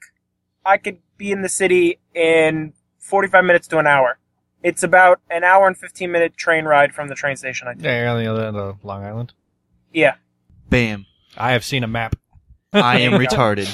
I could be in the city in 45 minutes to an hour. It's about an hour and 15 minute train ride from the train station. I think. yeah, you're on the other end of Long Island. Yeah. Bam. I have seen a map. I am retarded.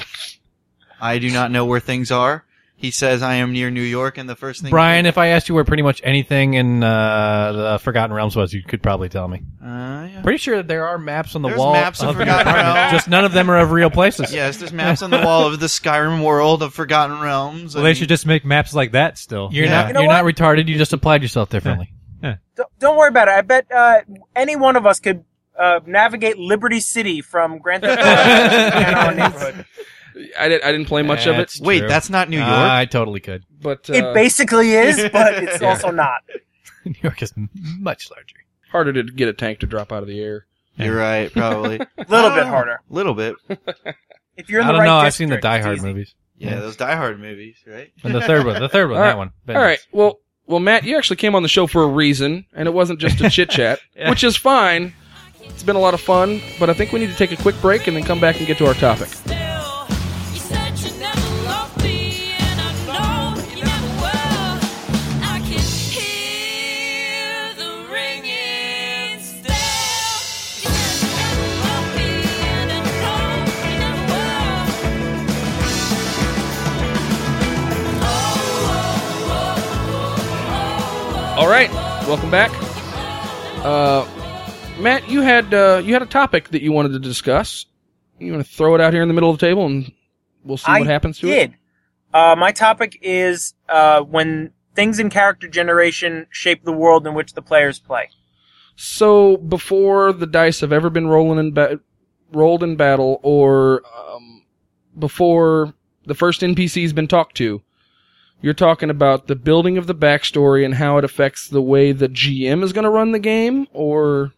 I do not know where things are. He says I am near New York, and the first thing. Brian, if I asked you where pretty much anything in uh, the Forgotten Realms was, you could probably tell me. Uh, yeah. Pretty sure that there are maps on the There's wall. maps of of your Forgotten apartment, Realms. Just none of them are of real places. Yes, there's maps on the wall of the Skyrim world of Forgotten Realms. Well, I they mean, should just make maps like that still. You're Yeah. not. You know You are not retarded. You just applied yourself differently. Don't, don't worry about it. I bet uh, any one of us could uh, navigate Liberty City from Grand Theft Auto and our uh, neighborhood. I, did, I didn't play much of it, That's Wait, true. that's not New York. Uh, I totally could. but uh, It basically is, but it's Yeah. also not. [LAUGHS] New York is m- much larger. harder to get a tank to drop out of the air. You're right, probably. A little bit harder. little bit. If you're in I the don't right know. I've seen district, the Die it's Hard easy. movies Yeah, those Die Hard movies, right? and the third one. The third [LAUGHS] one. All right. That one. All right, well, well, Matt, you actually came on the show for a reason, and it wasn't just a chit chat, which is fine. It's been a lot of fun, but I think we need to take a quick break and then come back and get to our topic. Still, you said you never loved me, and I know you never will. I can hear the ringing still. You said you never loved me, and I know you never will. Oh, oh, oh, oh, All right, welcome back, uh, Matt. You had uh, you had a topic that you wanted to discuss. You want to throw it out here in the middle of the table, and we'll see I what happens to it. did. Uh, my topic is uh, when things in character generation shape the world in which the players play. So before the dice have ever been rolling in ba- rolled in battle, or um, before the first NPC's been talked to, you're talking about the building of the backstory and how it affects the way the GM is going to run the game, or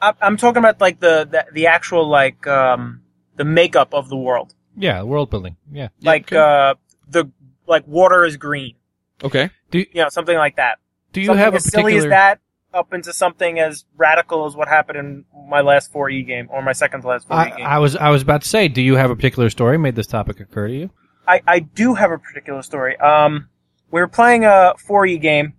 I- I'm talking about like the the, the actual like um, the makeup of the world, Yeah, world building. Yeah. like uh, the like water is green, okay, you know, something like that. Do you Something have a as silly as particular? that up into something as radical as what happened in my last 4E game or my second to last 4E I, game. I was I was about to say, do you have a particular story? Made this topic occur to you? I, I do have a particular story. Um, we were playing a 4E game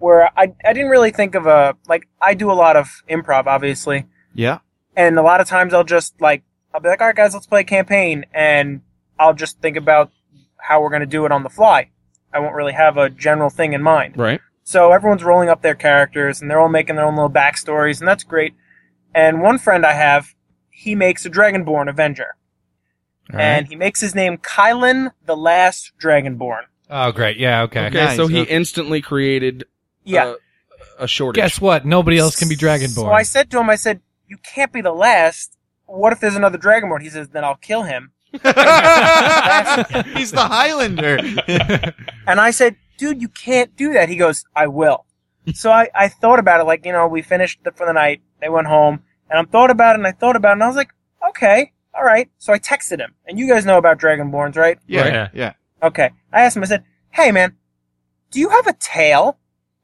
where I, I didn't really think of a, like, I do a lot of improv, obviously. Yeah. And a lot of times I'll just, like, I'll be like, all right, guys, let's play a campaign. And I'll just think about how we're going to do it on the fly. I won't really have a general thing in mind. right? So everyone's rolling up their characters and they're all making their own little backstories, and that's great. And one friend I have, he makes a Dragonborn Avenger. All And [LAUGHS] he makes his name Kylan the Last Dragonborn. Oh, great. Yeah. Okay. Okay. Okay, Nice, so he okay. instantly created Yeah. uh, a shortage. Guess what? Nobody else can be Dragonborn. So I said to him, I said, You can't be the last. What if there's another Dragonborn? He says, Then I'll kill him. [LAUGHS] [LAUGHS] He's the Highlander. And I said, Dude, you can't do that. He goes, [LAUGHS] I will. so I, I thought about it, like, you know, we finished the, for the night, they went home, and I thought about it and I thought about it, and I was like, Okay, all right. So I texted him. And you guys know about Dragonborns, right? yeah, yeah. Okay. I asked him, I said, Hey man, do you have a tail?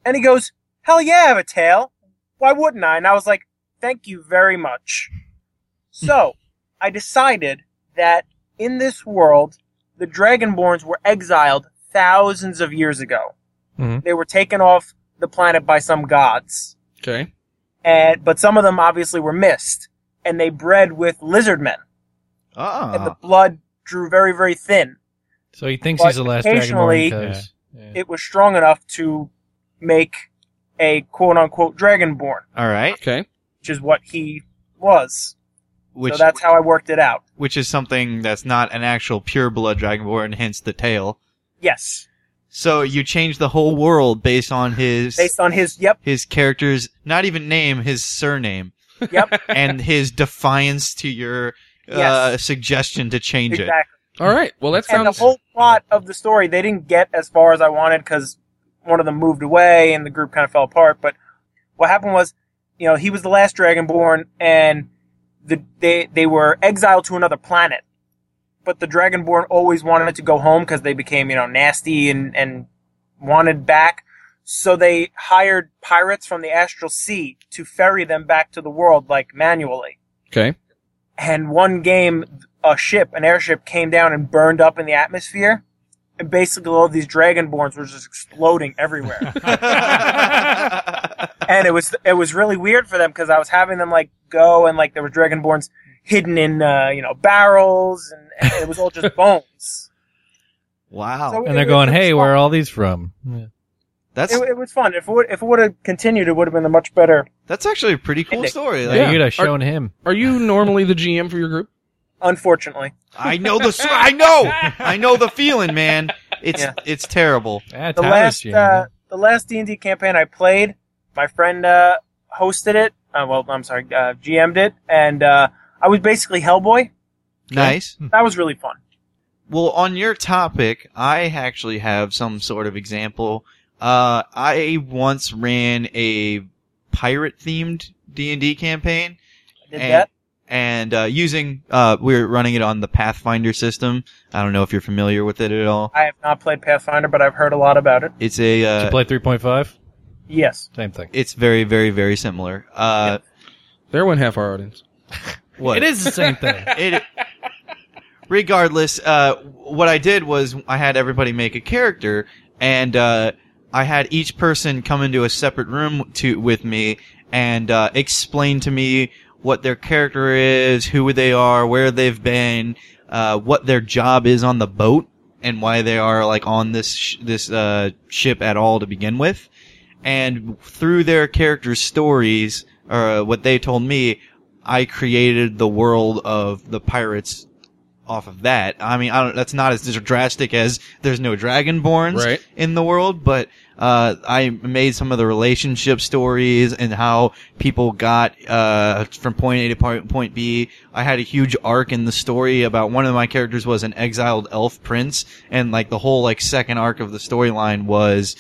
And he goes, Hell yeah, I have a tail. Why wouldn't I? And I was like, Thank you very much. So I decided that in this world, the Dragonborns were exiled thousands of years ago. Mhm. They were taken off the planet by some gods. Okay, And, but some of them obviously were missed. And they bred with lizard men. And the Ah. blood drew very, very thin. So he thinks But he's the last occasionally- Dragonborn. 'cause- Yeah. it was strong enough to make a quote unquote dragonborn, All right. okay, which is what he was. Which so that's how I worked it out. which is something that's not an actual pure blood dragonborn, hence the tail. Yes. So you change the whole world based on his Based on his, yep, his character's not even name, his surname, yep, [LAUGHS] and his defiance to your uh, Yes. suggestion to change exactly. it. all right. Well, that And the sounds whole plot of the story, they didn't get as far as I wanted because one of them moved away and the group kind of fell apart. But what happened was, you know, he was the last dragonborn and the, they, they were exiled to another planet. But the dragonborn always wanted to go home because they became, you know, nasty and, and wanted back. So they hired pirates from the astral sea to ferry them back to the world, like manually. Okay. And one game, a ship, an airship came down and burned up in the atmosphere. And basically, all these dragonborns were just exploding everywhere. [LAUGHS] and it was it was really weird for them because I was having them like go and like there were dragonborns hidden in uh, you know barrels and, and it was [LAUGHS] all just bones. [LAUGHS] Wow. So And they're it- going, it was "Hey, fun. where are all these from?" that's It, it was fun. If it would, if it would have continued, it would have been a much better. that's actually a pretty cool Nick. story. Yeah, Like, you'd have shown him. Are you normally the GM for your group? Unfortunately, I know the s- I know. I know the feeling, man. It's Yeah. it's terrible. Yeah, the Tyler's last GM. uh, the last D and D campaign I played, my friend uh, hosted it. Uh, well, I'm sorry, uh, GM'd it, and uh, I was basically Hellboy. Nice. That was really fun. Well, on your topic, I actually have some sort of example. Uh, I once ran a pirate themed D and D campaign, I did and, that. and uh, using uh, we were running it on the Pathfinder system. I don't know if you're familiar with it at all. I have not played Pathfinder, but I've heard a lot about it. It's a Did you uh, play 3.5? Yes. Same thing. it's very very very similar. Uh, There went half our audience. What It is the same [LAUGHS] thing. [LAUGHS] it regardless uh what i did was i had everybody make a character and uh i had each person come into a separate room to with me and uh explain to me what their character is who they are where they've been uh what their job is on the boat and why they are like on this sh- this uh ship at all to begin with and through their characters stories or uh, what they told me I created the world of the pirates off of that. I mean, I don't, that's not as drastic as there's no dragonborns Right. in the world, but uh, I made some of the relationship stories and how people got uh, from point A to point point B. I had a huge arc in the story about one of my characters was an exiled elf prince, and like the whole like second arc of the storyline was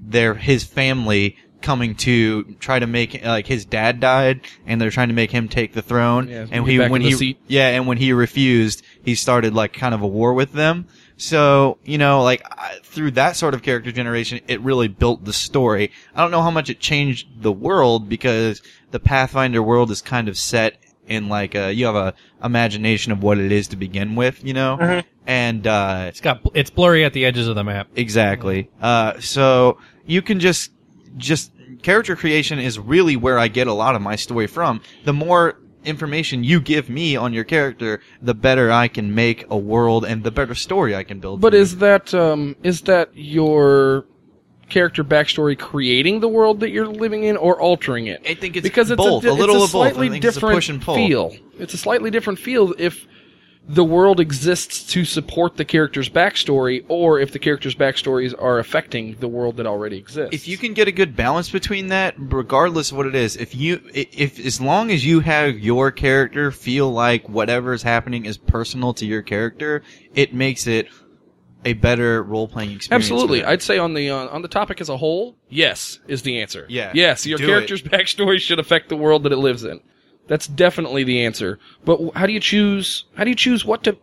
their his family coming to try to make like his dad died and they're trying to make him take the throne Yeah, and get he back in when the he seat. yeah and when he refused he started like kind of a war with them so you know like I, through that sort of character generation it really built the story i don't know how much it changed the world because the pathfinder world is kind of set in like a, you have a imagination of what it is to begin with you know Mm-hmm. Mhm. and uh It's got it's blurry at the edges of the map. Exactly. Uh, so you can just just character creation is really where I get a lot of my story from. The more information you give me on your character, the better I can make a world and the better story I can build. But for you. is that um is that your character backstory creating the world that you're living in or altering it? I think it's because it's both, a, di- little it's a of both. I slightly think it's a different push and pull. feel. It's a slightly different feel if the world exists to support the character's backstory, or if the character's backstories are affecting the world that already exists. If you can get a good balance between that, regardless of what it is, if you i- if as long as you have your character feel like whatever is happening is personal to your character, it makes it a better role playing experience. for Absolutely, them. I'd say on the uh, on the topic as a whole, yes is the answer. Yeah, yes, your do character's [LAUGHS] backstory should affect the world that it lives in. That's definitely the answer. But w- how do you choose? How do you choose what to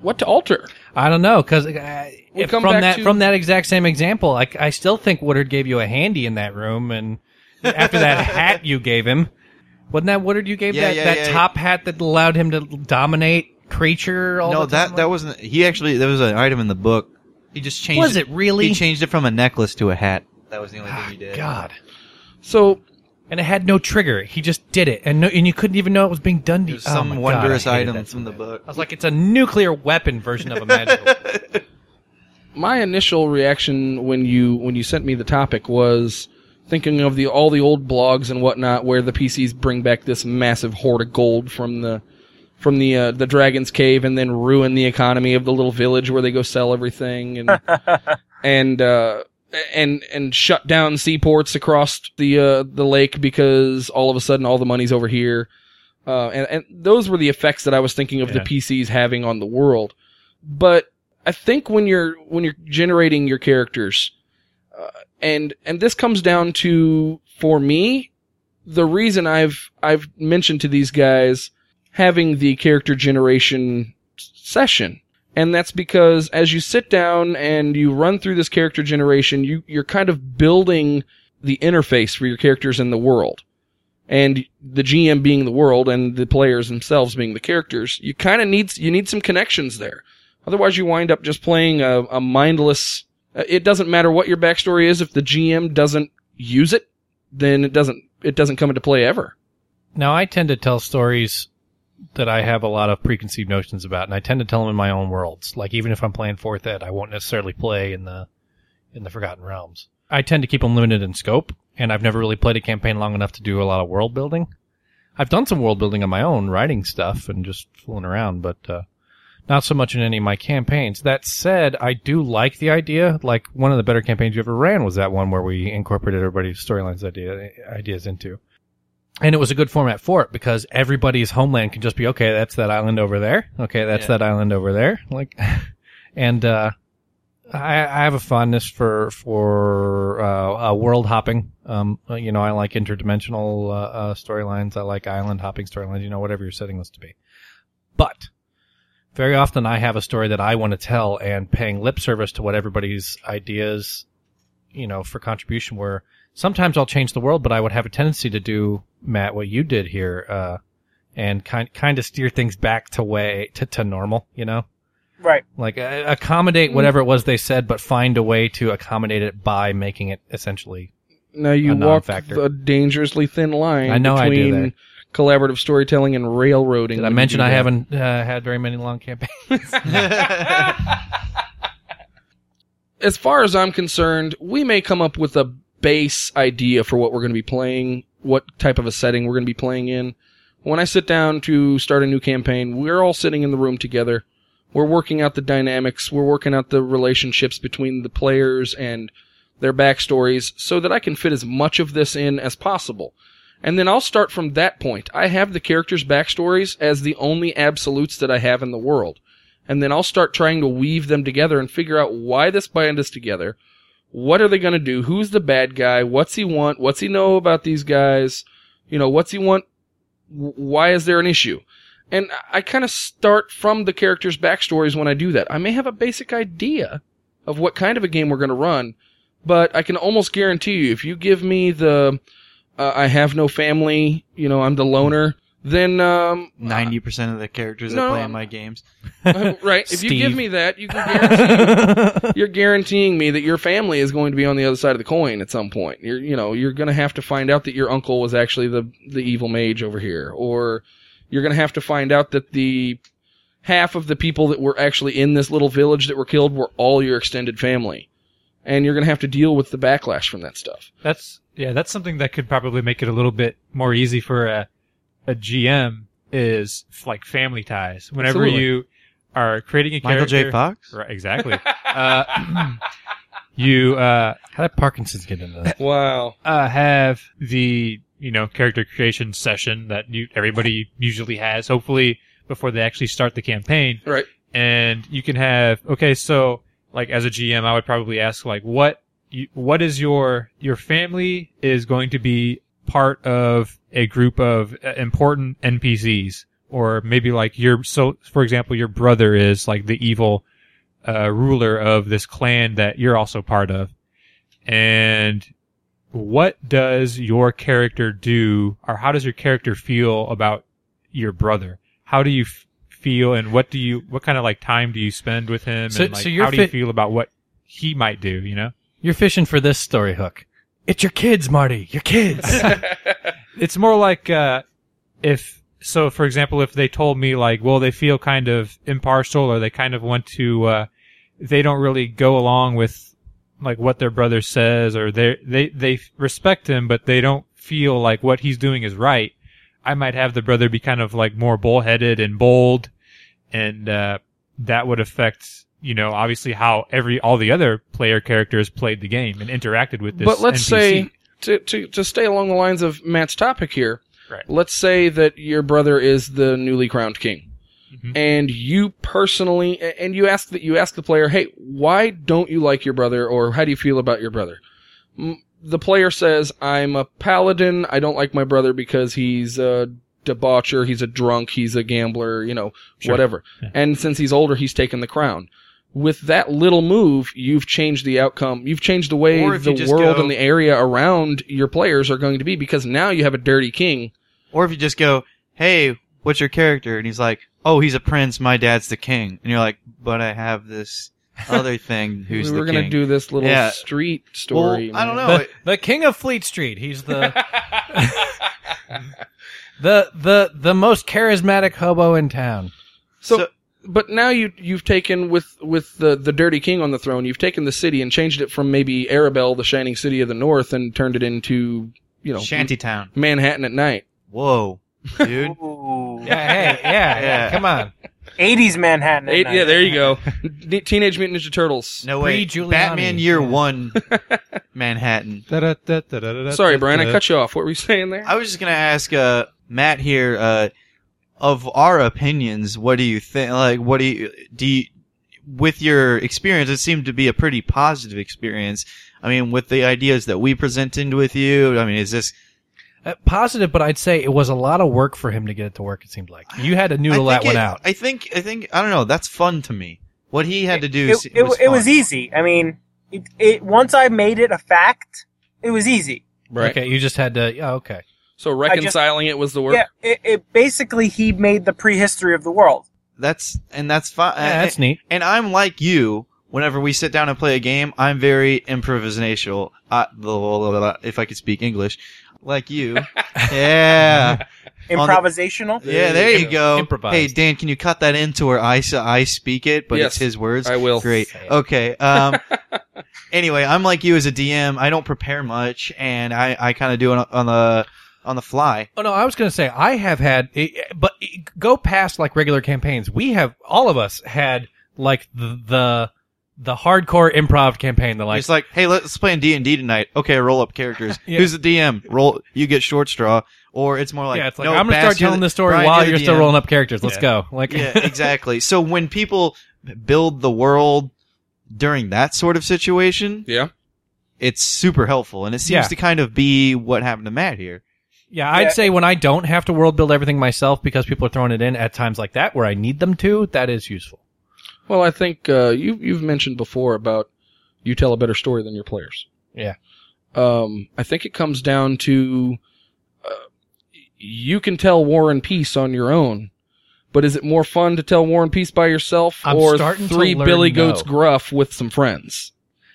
what to alter? I don't know because uh, We'll if- come from back that to- from that exact same example, I, I still think Woodard gave you a handy in that room, and [LAUGHS] after that hat you gave him, wasn't that Woodard you gave Yeah, that yeah, that yeah. top hat that allowed him to dominate creature? All no, the time? that that wasn't. He actually there was an item in the book. He just changed. Was it really? He changed it from a necklace to a hat. That was the only thing Ah, he did. God, So and it had no trigger. He just did it, and no, and you couldn't even know it was being done to It you. was Oh some my God, I wondrous hated item that from the something. book. I was like, it's a nuclear weapon version [LAUGHS] of a magical. my initial reaction when you when you sent me the topic was thinking of the all the old blogs and whatnot where the PCs bring back this massive hoard of gold from the from the uh, the dragon's cave and then ruin the economy of the little village where they go sell everything and and uh, and and shut down seaports across the uh, the lake because all of a sudden all the money's over here. Uh, and, and those were the effects that I was thinking of the Yeah. PCs having on the world. But I think when you're when you're generating your characters, uh, and and this comes down to for me, the reason I've I've mentioned to these guys having the character generation s- session And that's because as you sit down and you run through this character generation, you, you're kind of building the interface for your characters in the world. And the GM being the world and the players themselves being the characters, you kind of need, you need some connections there. Otherwise you wind up just playing a, a mindless, uh, it doesn't matter what your backstory is. If the GM doesn't use it, then it doesn't, it doesn't come into play ever. Now, I tend to tell stories that I have a lot of preconceived notions about, and I tend to tell them in my own worlds. Like even if I'm playing fourth ed, I won't necessarily play in the in the Forgotten Realms. I tend to keep them limited in scope, and I've never really played a campaign long enough to do a lot of world building. I've done some world building on my own, writing stuff and just fooling around, but uh, not so much in any of my campaigns. That said, I do like the idea. Like one of the better campaigns you ever ran was that one where we incorporated everybody's storylines idea ideas into and it was a good format for it because everybody's homeland can just be okay that's that island over there okay that's that island over there like [LAUGHS] and uh I, I have a fondness for for uh, uh, world hopping. Um, uh, you know, I like interdimensional uh, uh, storylines. I like island hopping storylines. You know, whatever your setting was to be. But very often, I have a story that I want to tell, and paying lip service to what everybody's ideas, you know, for contribution were sometimes I'll change the world, but I would have a tendency to do Matt what you did here, uh, and kind kind of steer things back to way to, to normal, you know, Right. like uh, Mm. accommodate whatever it was they said, but find a way to accommodate it by making it essentially. Now you A walk non-factor. a dangerously thin line I know I do between there. collaborative storytelling and railroading. Did I when you mention do I that. haven't uh, had very many long campaigns? [LAUGHS] [LAUGHS] As far as I'm concerned, we may come up with a base idea for what we're going to be playing, what type of a setting we're going to be playing in. When I sit down to start a new campaign, we're all sitting in the room together. We're working out the dynamics. We're working out the relationships between the players and their backstories so that I can fit as much of this in as possible. And then I'll start from that point. I have the characters' backstories as the only absolutes that I have in the world. And then I'll start trying to weave them together and figure out why this band is together. What are they going to do? Who's the bad guy? What's he want? What's he know about these guys? You know, what's he want? W- Why is there an issue? And I- I kind of start from the characters' backstories when I do that. I may have a basic idea of what kind of a game we're going to run, but I can almost guarantee you if you give me the uh, I have no family, you know, I'm the loner, then um [LAUGHS] [LAUGHS] Ninety percent of the characters No, that play I'm- in my games. right, if you give Steve. me that, you can guarantee you're guaranteeing me that your family is going to be on the other side of the coin at some point. You're you know, you're going to have to find out that your uncle was actually the the evil mage over here or you're going to have to find out that the half of the people that were actually in this little village that were killed were all your extended family. And you're going to have to deal with the backlash from that stuff. That's yeah, that's something that could probably make it a little bit more easy for a a GM is f- like family ties. Whenever Absolutely. you are creating a Michael character, J. Fox. right, exactly. uh, [CLEARS THROAT] you uh, How did Parkinson's get into that? Wow. uh, have the you know character creation session that you, everybody usually has, hopefully before they actually start the campaign Right. and you can have okay so like as a gm i would probably ask like what you, what is your your family is going to be part of a group of uh, important npcs or maybe like your so for example your brother is like the evil uh, ruler of this clan that you're also part of and what does your character do or how does your character feel about your brother how do you f- feel and what do you what kind of like time do you spend with him So- and like so you're how do you fit- feel about what he might do you know You're fishing for this story hook. It's your kids, Marty. Your kids. [LAUGHS] it's more like uh if so for example if they told me like well they feel kind of impartial or they kind of want to uh they don't really go along with like what their brother says or they they they respect him but they don't feel like what he's doing is right i might have the brother be kind of like more bullheaded and bold and uh that would affect you know obviously how every all the other player characters played the game and interacted with this but let's NPC. say to, to to stay along the lines of Matt's topic here. Right. Let's say that your brother is the newly crowned king, Mhm. and you personally a- and you ask that you ask the player, "Hey, why don't you like your brother, or how do you feel about your brother?" M- The player says, "I'm a paladin. I don't like my brother because he's a debaucher, he's a drunk, he's a gambler, you know, Sure. whatever. Yeah. And since he's older, he's taken the crown. With that little move, you've changed the outcome. You've changed the way Or if the you just world go- and the area around your players are going to be because now you have a dirty king. Or if you just go, "Hey, what's your character?" and he's like, "Oh, he's a prince. My dad's the king." And you're like, "But I have this other thing. Who's we the were gonna king?" do this little Yeah. street well, story. I man. don't [LAUGHS] know. the, [LAUGHS] the king of Fleet Street. He's the [LAUGHS] the the the most charismatic hobo in town. So, So- but now you you've taken with with the the dirty king on the throne. You've taken the city and changed it from maybe Arabelle, the shining city of the north, and turned it into you know Shantytown. Manhattan at night. Whoa, [LAUGHS] dude. Ooh. Yeah, hey, [LAUGHS] yeah, yeah. Yeah. Come on, 80s Manhattan. at Eight- night. yeah, there you [LAUGHS] go. Ne- Teenage Mutant Ninja Turtles. No way. Pre-Giuliani. Batman Year Yeah. [LAUGHS] One, Manhattan. Sorry, Brian, I cut you off. What were you saying there? I was just gonna ask uh, Matt here uh, of our opinions. What do you think? Like, what do you do? You, with your experience, it seemed to be a pretty positive experience. I mean, with the ideas that we presented with you, I mean, is this? Uh, positive, but I'd say it was a lot of work for him to get it to work. It seemed like you had to noodle I that think one it- out. I think. I think. I don't know. That's fun to me. What he had to do. It, se- it, was it was fun. easy. I mean, it, it once I made it a fact, it was easy. right. Okay, you just had to. Yeah, okay. So reconciling it was the work. Yeah, it, it basically he made the prehistory of the world. That's and that's fine. Yeah, that's neat. and I'm like you. Whenever we sit down and play a game, I'm very improvisational. Uh, blah, blah, blah, blah, if I could speak English, like you. yeah, On the- Improvisational. yeah. There you go. Improvised. Hey, Dan, can you cut that into where I s- I speak it, but Yes, it's his words. I will. Great. Okay. Um. anyway, I'm like you as a DM. I don't prepare much, and I I kind of do it on, on the on the fly. Oh no, I was going to say I have had, it- but it- go past like regular campaigns. We have all of us had like the the, the hardcore improv campaign. The like, it's like, hey, let's play D and D tonight. Okay, roll up characters. [LAUGHS] Yeah. Who's the DM? Roll. You get short straw, or it's more like, yeah, it's like no, I'm going to Bass, start you're telling this story Brian, while the you're still DM. rolling up characters. Let's Yeah. go. Like, yeah, exactly. So when people build the world during that sort of situation, Yeah. it's super helpful, and it seems Yeah. to kind of be what happened to Matt here. [LAUGHS] Yeah, I'd Yeah. say when I don't have to world build everything myself because people are throwing it in at times like that where I need them to, that is useful. Well, I think uh, you you've mentioned before about you tell a better story than your players. Yeah. Um, I think it comes down to uh, you can tell War and Peace on your own, but is it more fun to tell War and Peace by yourself I'm or starting to three learn Billy no. Goats Gruff with some [LAUGHS] friends?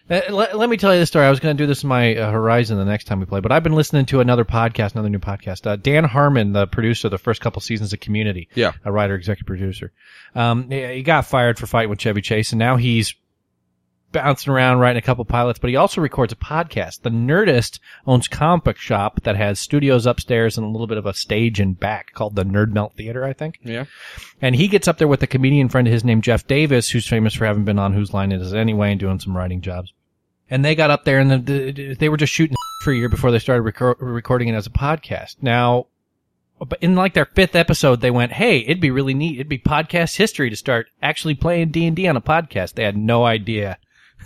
Uh, Let, let me tell you this story. I was going to do this in my uh, Horizon the next time we play, but I've been listening to another podcast, another new podcast. Uh, Dan Harmon, the producer of the first couple seasons of Community, Yeah. a writer, executive producer. Um, yeah, he got fired for fighting with Chevy Chase, and now he's bouncing around writing a couple pilots. But he also records a podcast. The Nerdist owns a comic book shop that has studios upstairs and a little bit of a stage in back called the Nerd Melt Theater, I think. Yeah. And he gets up there with a comedian friend of his named Jeff Davis, who's famous for having been on Whose Line It Is Anyway and doing some writing jobs. And they got up there and the, the, they were just shooting [LAUGHS] for a year before they started recor- recording it as a podcast. Now, but in like their fifth episode, they went, "Hey, it'd be really neat. It'd be podcast history to start actually playing D and D on a podcast." They had no idea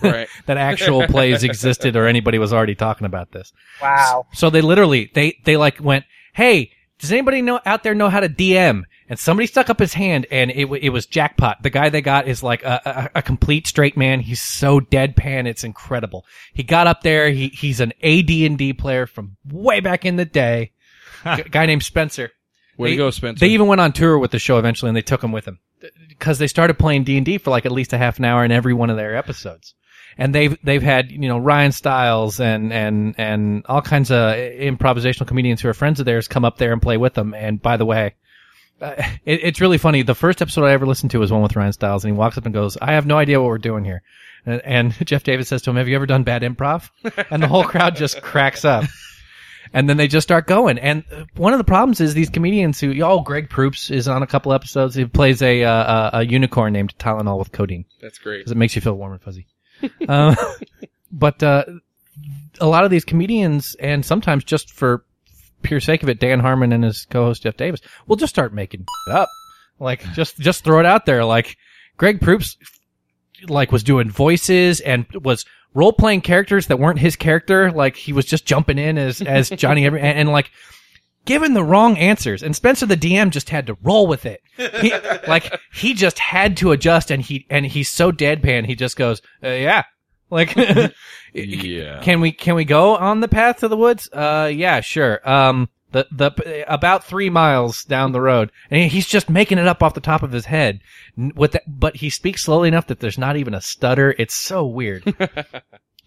Right. that actual plays existed or anybody was already talking about this. Wow. So they literally they they like went, "Hey, does anybody know out there know how to DM?" And somebody stuck up his hand, and it wa- it was jackpot. The guy they got is like a, a, a complete straight man. He's so deadpan, it's incredible. He got up there. He he's an AD and D player from way back in the day. G- guy named Spencer. Way They- to go, Spencer. They even went on tour with the show eventually, and they took him with them because they started playing D and D for like at least a half an hour in every one of their episodes. And they've they've had you know Ryan Stiles and and and all kinds of improvisational comedians who are friends of theirs come up there and play with them. And by the way, uh, it, it's really funny. The first episode I ever listened to was one with Ryan Stiles, and he walks up and goes, "I have no idea what we're doing here." And, and [LAUGHS] Jeff Davis says to him, "Have you ever done bad improv?" And the whole crowd just cracks up and then they just start going. And uh, one of the problems is these comedians who, oh, Greg Proops is on a couple episodes. He plays a uh, uh, a unicorn named Tylenol with codeine That's great. because it makes you feel warm and fuzzy. [LAUGHS] um, but uh, a lot of these comedians, and sometimes just for pure sake of it, Dan Harmon and his co-host Jeff Davis will just start making it up, like just just throw it out there. Like Greg Proops, like was doing voices and was role playing characters that weren't his character. Like he was just jumping in as as Johnny Every and, and like. given the wrong answers, and Spencer the DM just had to roll with it. He, like he just had to adjust, and he and he's so deadpan, he just goes, uh, "Yeah." Like, [LAUGHS] Yeah. can we can we go on the path to the woods? Uh, yeah, sure. Um, the the about three miles down the road, and he's just making it up off the top of his head. N- With that, but he speaks slowly enough that there's not even a stutter. It's so weird.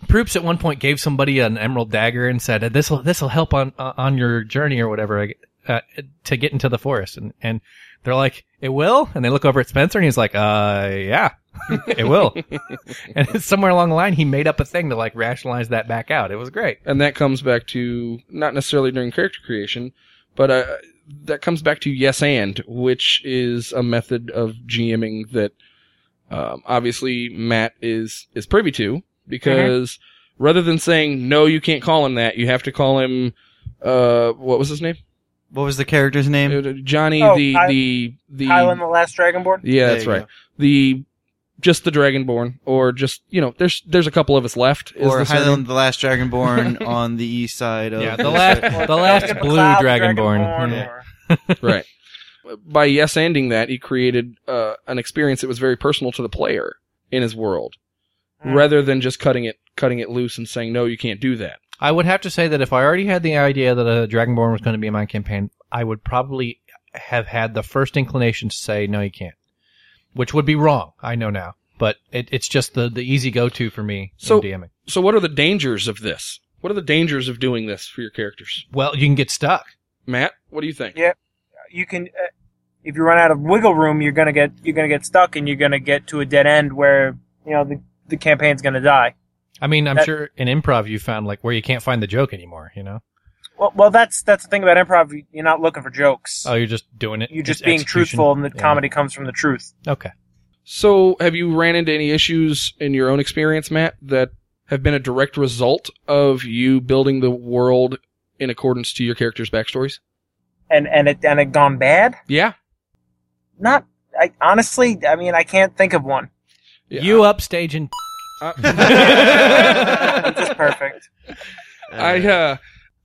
Proops at one point gave somebody an emerald dagger and said, "This will this will help on uh, on your journey or whatever uh, to get into the forest." And and they're like, "It will," and they look over at Spencer and he's like, "Uh, yeah, it will." and it's somewhere along the line, he made up a thing to like rationalize that back out. It was great. and that comes back to not necessarily during character creation, but uh, that comes back to yes and, which is a method of GMing that um, obviously Matt is is privy to because rather than saying no, you can't call him that, you have to call him uh, what was his name? What was the character's name? Uh, Johnny Oh, the, Hy- the the Highland, the last dragonborn. yeah, There that's you right. go. The just the Dragonborn, or just you know, there's there's a couple of us left. is Or the surname. Highland, the Last [LAUGHS] Dragonborn on the east side of. Yeah, the last the [LAUGHS] last blue Cloud dragonborn. Dragonborn Yeah. or- right. [LAUGHS] By yes ending that, he created uh, an experience that was very personal to the player in his world, Mm. rather than just cutting it cutting it loose and saying no, you can't do that. I would have to say that if I already had the idea that a Dragonborn was going to be in my campaign, I would probably have had the first inclination to say, no, you can't. Which would be wrong, I know now. But it, it's just the, the easy go to for me So- in DMing. So, what are the dangers of this? What are the dangers of doing this for your characters, Well, you can get stuck. Matt? What do you think? Yeah. You can, uh, if you run out of wiggle room, you're gonna get you're gonna get stuck, and you're gonna get to a dead end where you know the the campaign's gonna die. I mean, I'm That- sure in improv you found like where you can't find the joke anymore, you know? Well, well, that's that's the thing about improv. you- You're not looking for jokes. Oh, you're just doing it. you're It's just being execution. truthful, and the Yeah. comedy comes from the truth. Okay. So, have you ran into any issues in your own experience, Matt, that have been a direct result of you building the world in accordance to your characters' backstories? And and it and it gone bad. Yeah. Not. I honestly, I mean, I can't think of one. Yeah, [LAUGHS] You [LAUGHS] upstage and I- It's just perfect. I uh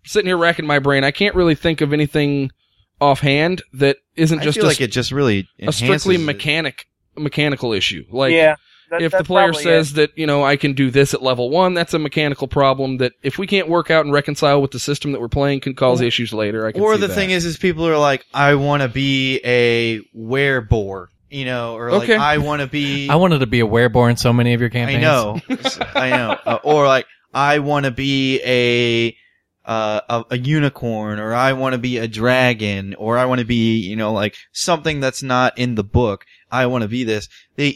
sitting here racking my brain. I can't really think of anything offhand that isn't I just feel a, like it just really a strictly enhances it. mechanic mechanical issue. Like yeah. That- if the that's player probably says it. that, you know, I can do this at level 1, that's a mechanical problem that if we can't work out and reconcile with the system that we're playing can cause issues later. I can Or see the that. thing is, is people are like, I want to be a werebore, you know, or like Okay. I want to [LAUGHS] be. I wanted to be a wereborn so many of your I campaigns. know, I know, uh, or like I want to be a. Uh, a, a unicorn, or I want to be a dragon, or I want to be, you know, like something that's not in the book. I want to be this. The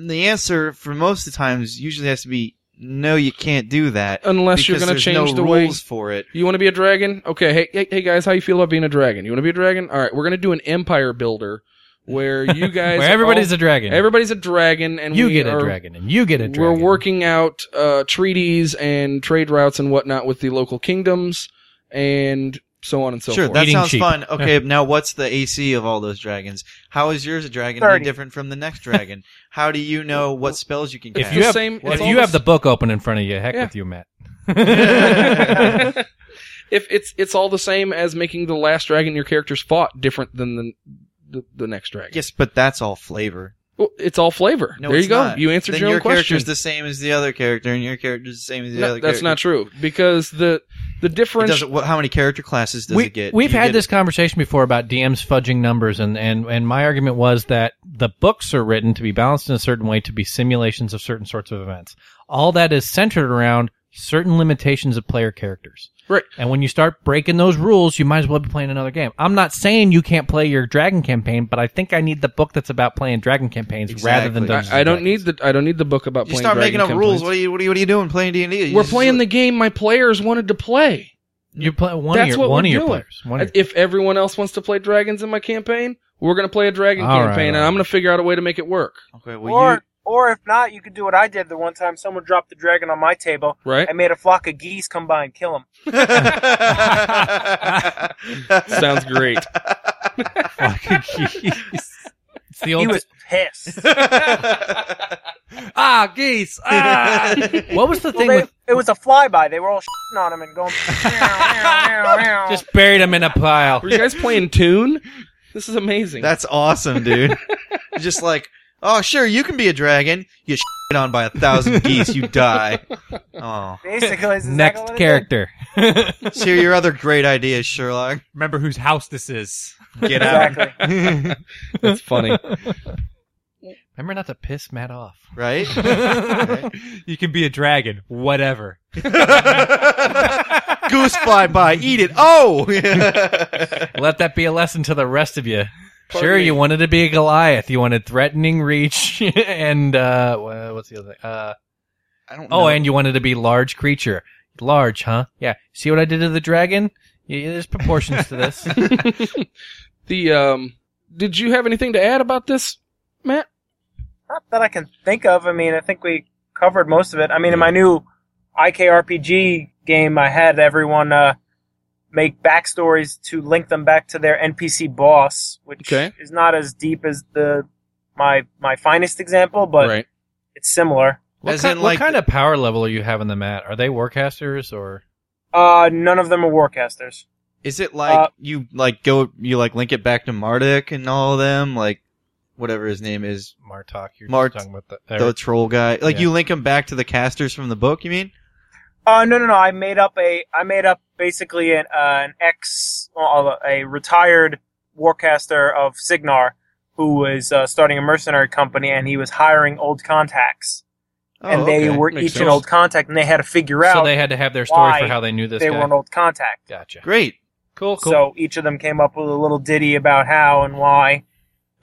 the answer for most of the times usually has to be no, you can't do that unless you're because going to there's change no the way rules for it. You want to be a dragon? Okay. Hey, hey, hey, guys, how you feel about being a dragon? You want to be a dragon? All right, we're going to do an empire builder where [LAUGHS] you guys Where are everybody's all- a dragon. everybody's a dragon and you we get a are- dragon and you get a dragon. We're working out uh, treaties and trade routes and whatnot with the local kingdoms and so on and so sure, forth. that Eating sounds sheep. fun. Okay, now what's the AC of all those dragons? How is yours a dragon any 30. different from the next dragon? How do you [LAUGHS] know what spells you can If cast? you have, same- if it's you have almost- the book open in front of you, heck Yeah. with [LAUGHS] you, Matt. [LAUGHS] if it's it's all the same as making the last dragon your characters fought different than the the, the next dragon. yes, but that's all flavor. Well, it's all flavor. No, there it's you go. not. You answered then your own question. character's the same as the other character, and your character's the same as the No, other. that's character. not true because the the It difference doesn't, what, how many character classes does we, it get? We've You had get- this conversation before about DMs fudging numbers, and, and, and my argument was that the books are written to be balanced in a certain way to be simulations of certain sorts of events. All that is centered around certain limitations of player characters. Right. And when you start breaking those rules, you might as well be playing another game. I'm not saying you can't play your Dragon campaign, but I think I need the book that's about playing Dragon campaigns rather than Exactly. Dungeons I, I and don't Dragons. need the I don't need the book about You playing start making up dragon campaigns. rules. What are you? What are you, what are you doing playing D and D? We're playing the game my players wanted to play. You play one That's of your what one we're of your doing. players. One of your- If everyone else wants to play dragons in my campaign, we're gonna play a dragon All right, campaign, all and right. I'm gonna figure out a way to make it work. [LAUGHS] Okay, well, or you, [LAUGHS] or if not, you could do what I did the one time someone dropped the dragon on my table. Right? [LAUGHS] I made a flock of geese come by and kill them. [LAUGHS] [LAUGHS] Sounds [LAUGHS] great. [LAUGHS] It's the He old was [LAUGHS] pissed. [LAUGHS] ah geese. Ah! [LAUGHS] what was the thing Well, with It was a flyby. They were all shitting on him and going. Just buried him in a pile. Were you guys playing Tune? This is amazing. That's awesome, [LAUGHS] dude. Just like, oh, sure, you can be a dragon. You shit on by a thousand geese, you die. Oh, [LAUGHS] basically, is exactly what Next it character. let's hear your other great ideas, Sherlock. Remember whose house this is. Get did. out, Exactly. That's funny. Remember not to piss Matt [LAUGHS] off. [LAUGHS] right? You can be a dragon, whatever. Goose fly by, eat it. Oh, [LAUGHS] Let that be a lesson to the rest of you. Pardon sure, me. you wanted to be a Goliath. You wanted threatening reach, [LAUGHS] and uh, wha- what's the other thing? Uh, I don't. oh, and you wanted to be large creature. Large, huh? Yeah. See what I did to the dragon? Yeah, there's proportions to this. [LAUGHS] the um, did you have anything to add about this, Matt? Not that I can think of. I mean, I think we covered most of it. I mean, in my new IKRPG game, I had everyone uh, make backstories to link them back to their NPC boss, which Okay. is not as deep as the my my finest example, but right. it's similar. What, As ki- in, what like- kind of power level are you having them at? Are they warcasters or? Uh, none of them are warcasters. Is it like Uh, you like go you like link it back to Marduk and all of them like whatever his name is Martok, you're Mart- talking about the, the troll guy like Yeah. you link him back to the casters from the book you mean Uh, no, no, no. I made up a I made up basically an uh, an ex uh, a retired warcaster of Signar who was uh, starting a mercenary company and he was hiring old contacts. oh, and they okay. were Makes each an sense. old contact, and they had to figure so out they had to have their story why for how they knew this they guy. were an old contact. gotcha. great Cool, cool. [LAUGHS] So each of them came up with a little ditty about how and why, How and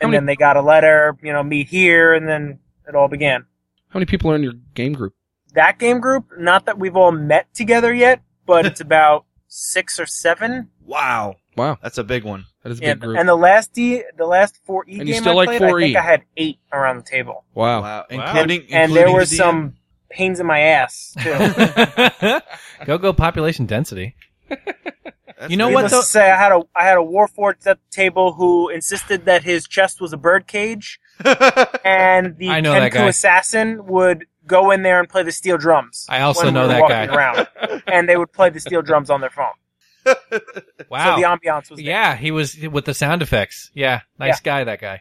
many- then they got a letter, you know, meet here, and then it all began. How many people are in your game group? That game group, not that we've all met together yet, but it's about six or seven. wow Wow, that's a big one that is a big And, group. and the last D, the last four E And you game still I like played, I E. 4E. think I had eight around the table, wow. including and there including were the DM? some pains in my ass [LAUGHS] too. go go population density. That's you know great. what Needless though? to say, I had a I had a warforged at the table who insisted that his chest was a [LAUGHS] birdcage, and the I know that guy. Kenku assassin would go in there and play the steel drums. I also when we know were that walking guy. Around, and they would play the steel drums on their phone. [LAUGHS] Wow. So the ambiance was there. yeah, he was with the sound effects. Yeah, nice guy that guy.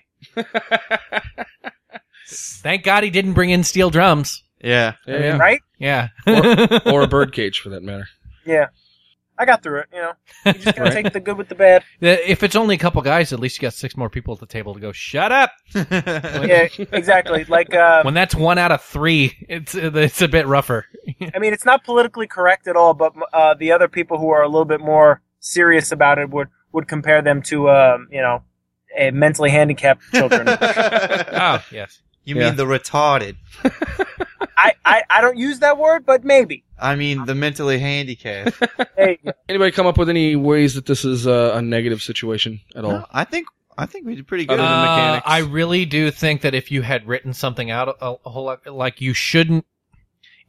Thank God he didn't bring in steel drums. yeah Yeah, right. [LAUGHS] Yeah. yeah. or a birdcage for that matter. Yeah, I got through it. You know, [LAUGHS] you just gotta Right. take the good with the bad. The- if it's only a couple guys, at least you got six more people at the table to go. Shut up. Yeah, exactly. Like, uh, When that's one out of three, it's it's a bit [LAUGHS] rougher. I mean, it's not politically correct at all, but uh, the other people who are a little bit more serious about it would would compare them to, um, you know, eh, mentally handicapped [LAUGHS] children. Oh yes. you Yeah. mean the retarded I, I, I don't use that word, but maybe. I mean the mentally handicapped Hey, Anybody come up with any ways that this is uh, a negative situation at all? No, I think I think we did pretty good Other than on the Uh, mechanics I really do think that if you had written something out a, a whole lot, like you shouldn't.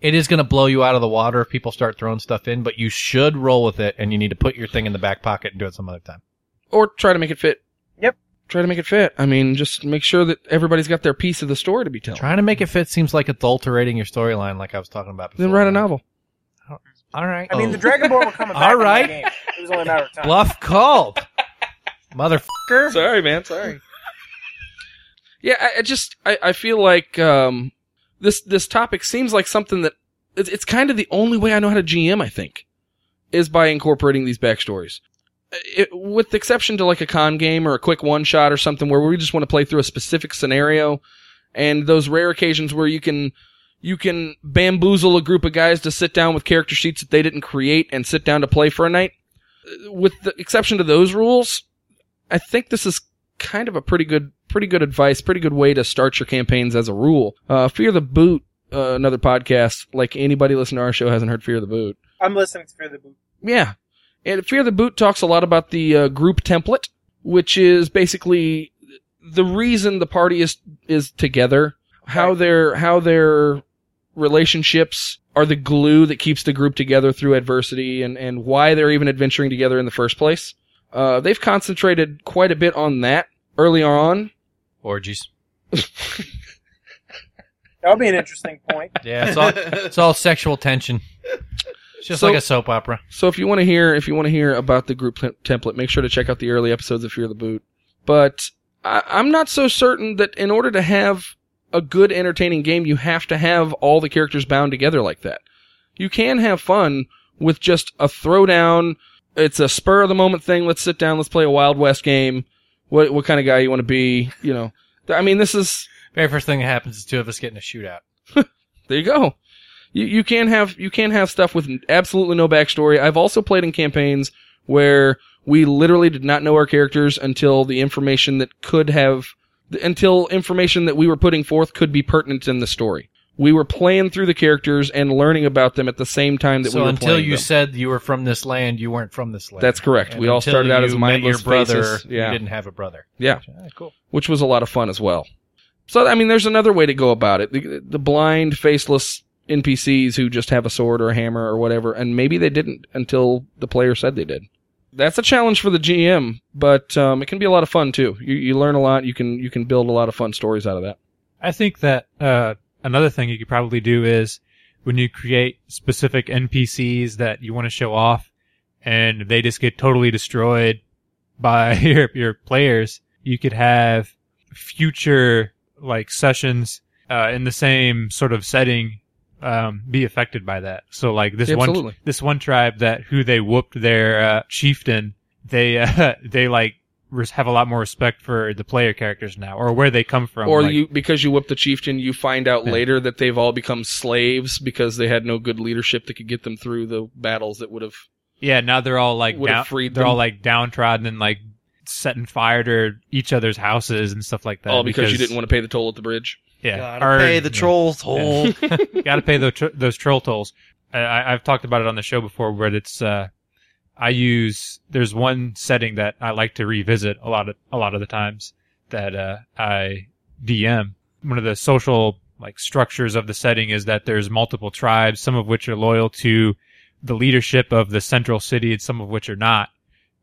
It is going to blow you out of the water if people start throwing stuff in, but you should roll with it, and you need to put your thing in the back pocket and do it some other time. Or try to make it fit. Yep. Try to make it fit. I mean, just make sure that everybody's got their piece of the story to be told. Trying to make it fit seems like adulterating your storyline, like I was talking about before. Then write a novel. All right. I mean, Oh. the Dragonborn were coming back. All in that right. game. It was only a matter of time. bluff [LAUGHS] called, motherfucker. Sorry, man. Sorry. yeah, I, I just I, I feel like um, this this topic seems like something that it's, it's kind of the only way I know how to GM. I think is by incorporating these backstories. It, with the exception to like a con game or a quick one shot or something where we just want to play through a specific scenario, and those rare occasions where you can you can bamboozle a group of guys to sit down with character sheets that they didn't create and sit down to play for a night. With the exception to those rules, I think this is kind of a pretty good, pretty good advice, pretty good way to start your campaigns as a rule. Uh, Fear the Boot, uh, another podcast. Like anybody listening to our show hasn't heard Fear the Boot. I'm listening to Fear the Boot. Yeah. And Fear the Boot talks a lot about the uh, group template, which is basically the reason the party is is together, how Right. their how their relationships are the glue that keeps the group together through adversity and and why they're even adventuring together in the first place. Uh, they've concentrated quite a bit on that early on. Orgies. That would be an interesting point. Yeah, it's all it's all sexual tension. It's just So- like a soap opera. So if you want to hear if you want to hear about the group tem- template, make sure to check out the early episodes of Fear the Boot. But I, I'm not so certain that in order to have a good entertaining game, you have to have all the characters bound together like that. You can have fun with just a throwdown. It's a spur of the moment thing. Let's sit down. Let's play a Wild West game. What what kind of guy you want to be? You know. Th- I mean, this is Very first thing that happens is two of us get in a shootout. there you go. You you can have you can have stuff with absolutely no backstory. I've also played in campaigns where we literally did not know our characters until the information that could have until information that we were putting forth could be pertinent in the story. We were playing through the characters and learning about them at the same time that we So were until playing you them. said you were from this land, you weren't from this land. That's correct. And We all until started out you as met mindless your brother, faces. Yeah. You didn't have a brother. Yeah. Ah, cool. which was a lot of fun as well. So I mean, there's another way to go about it. The, the blind, faceless NPCs who just have a sword or a hammer or whatever, and maybe they didn't until the player said they did. That's a challenge for the GM, but um, it can be a lot of fun too. You, you learn a lot. You can you can build a lot of fun stories out of that. I think that uh, another thing you could probably do is when you create specific NPCs that you want to show off, and they just get totally destroyed [LAUGHS] by your your players, you could have future like sessions uh, in the same sort of setting um, be affected by that. So like this one Absolutely. this one tribe that who they whooped their uh, chieftain, they [LAUGHS] uh, they like res- have a lot more respect for the player characters now or where they come from or like- you because you whip the chieftain, you find out Yeah. later that they've all become slaves because they had no good leadership that could get them through the battles that would have. Yeah, now they're all like Would've down, freed they're them. all like downtrodden and like setting fire to each other's houses and stuff like that. all because, you didn't want to pay the toll at the bridge. yeah, Gotta or- pay the Oh, yeah. [LAUGHS] troll toll. gotta pay those tr- those troll tolls. I, I, I've talked about it on the show before, but it's uh, I use there's one setting that I like to revisit a lot of a lot of the times that uh, I DM. One of the social like structures of the setting is that there's multiple tribes, some of which are loyal to the leadership of the central city, and some of which are not.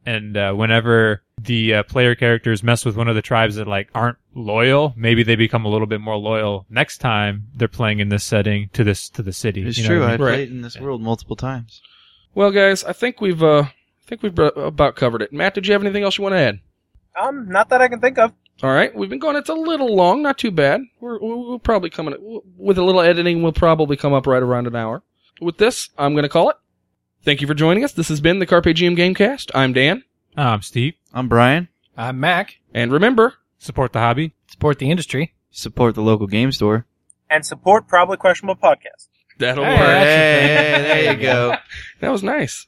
And uh, whenever the uh, player characters mess with one of the tribes that like aren't loyal, maybe they become a little bit more loyal next time they're playing in this setting to this to the city. It's You know true. what I I mean? Right. played in this world multiple times. Well, guys, I think we've uh, I think we've br- about covered it. Matt, did you have anything else you want to add? Um, not that I can think of. All right, we've been going. It's a little long, not too bad. We're we're- we'll probably coming with a little editing. We'll probably come up right around an hour. With this, I'm going to call it. Thank you for joining us. This has been the Carpe Diem Gamecast. I'm Dan, Um, Steve, I'm Brian. I'm Mac. and remember, support the hobby. Support the industry. Support the local game store. And support probably questionable podcast. that'll Hey, work. that's your Hey, thing. there you go. That was nice.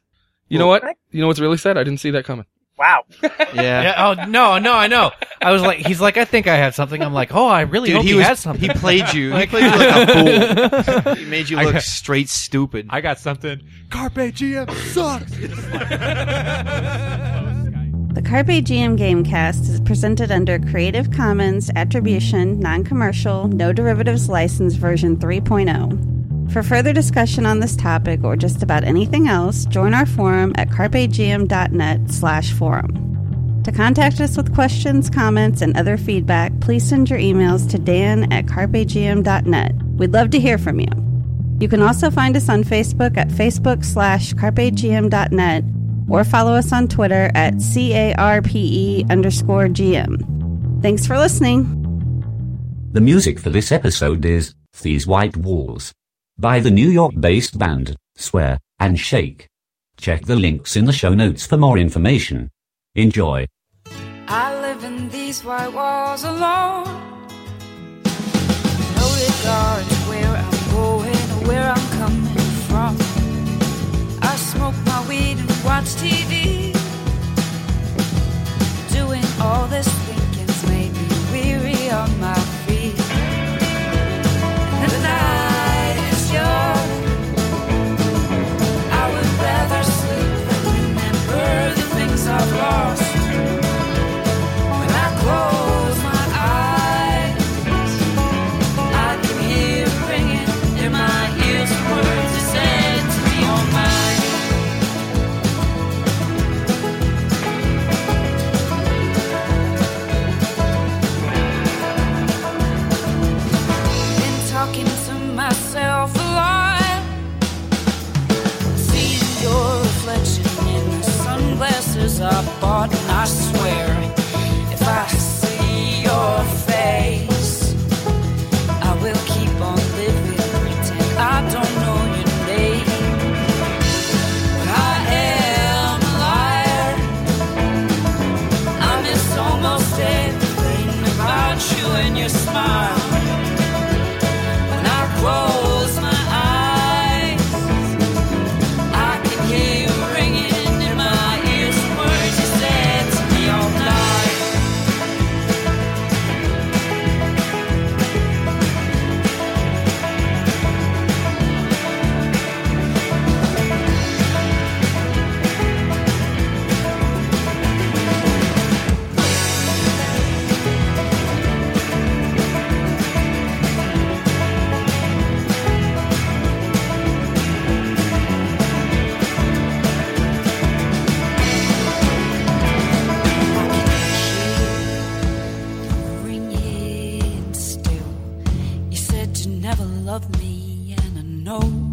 You know what? You know what's really sad? I didn't see that coming. Wow. Yeah. Yeah, oh no, no, I know. I was like, he's like, I think I have something. I'm like, oh, I really Dude, hope he, he, was, has something. he played you. He played you like a fool. He made you I look got- straight stupid. I got something. Carpe GM sucks. The Carpe GM Gamecast is presented under a Creative Commons Attribution, Non Commercial, No Derivatives License version oh. 3.0. For further discussion on this topic or just about anything else, join our forum at carpegm.net slash forum. To contact us with questions, comments, and other feedback, please send your emails to dan at carpegm.net. We'd love to hear from you. You can also find us on Facebook at facebook slash carpegm.net or follow us on Twitter at CARPE E underscore GM. Thanks for listening. The music for this episode is These White Walls by the New York based band Swear and Shake. Check the links in the show notes for more information. Enjoy. I live in these white walls alone. No regards where I'm going or where I'm coming from. I smoke my weed and watch TV. Doing all this thinking's made me weary on my feet. And the night is young. I would rather sleep than remember the things I've lost. When I close my eyes, I can hear it ringing in my ears words you said to me on mine. Been talking to myself a lot. See heart, I swear. If I see your face, I will keep on living. Pretend I don't know your name. But I am a liar. I miss almost everything about you and your smile. When I close my eyes, I can hear you ringing in my ears. Words you said to me all night. ringing still. You said you never loved me, and I know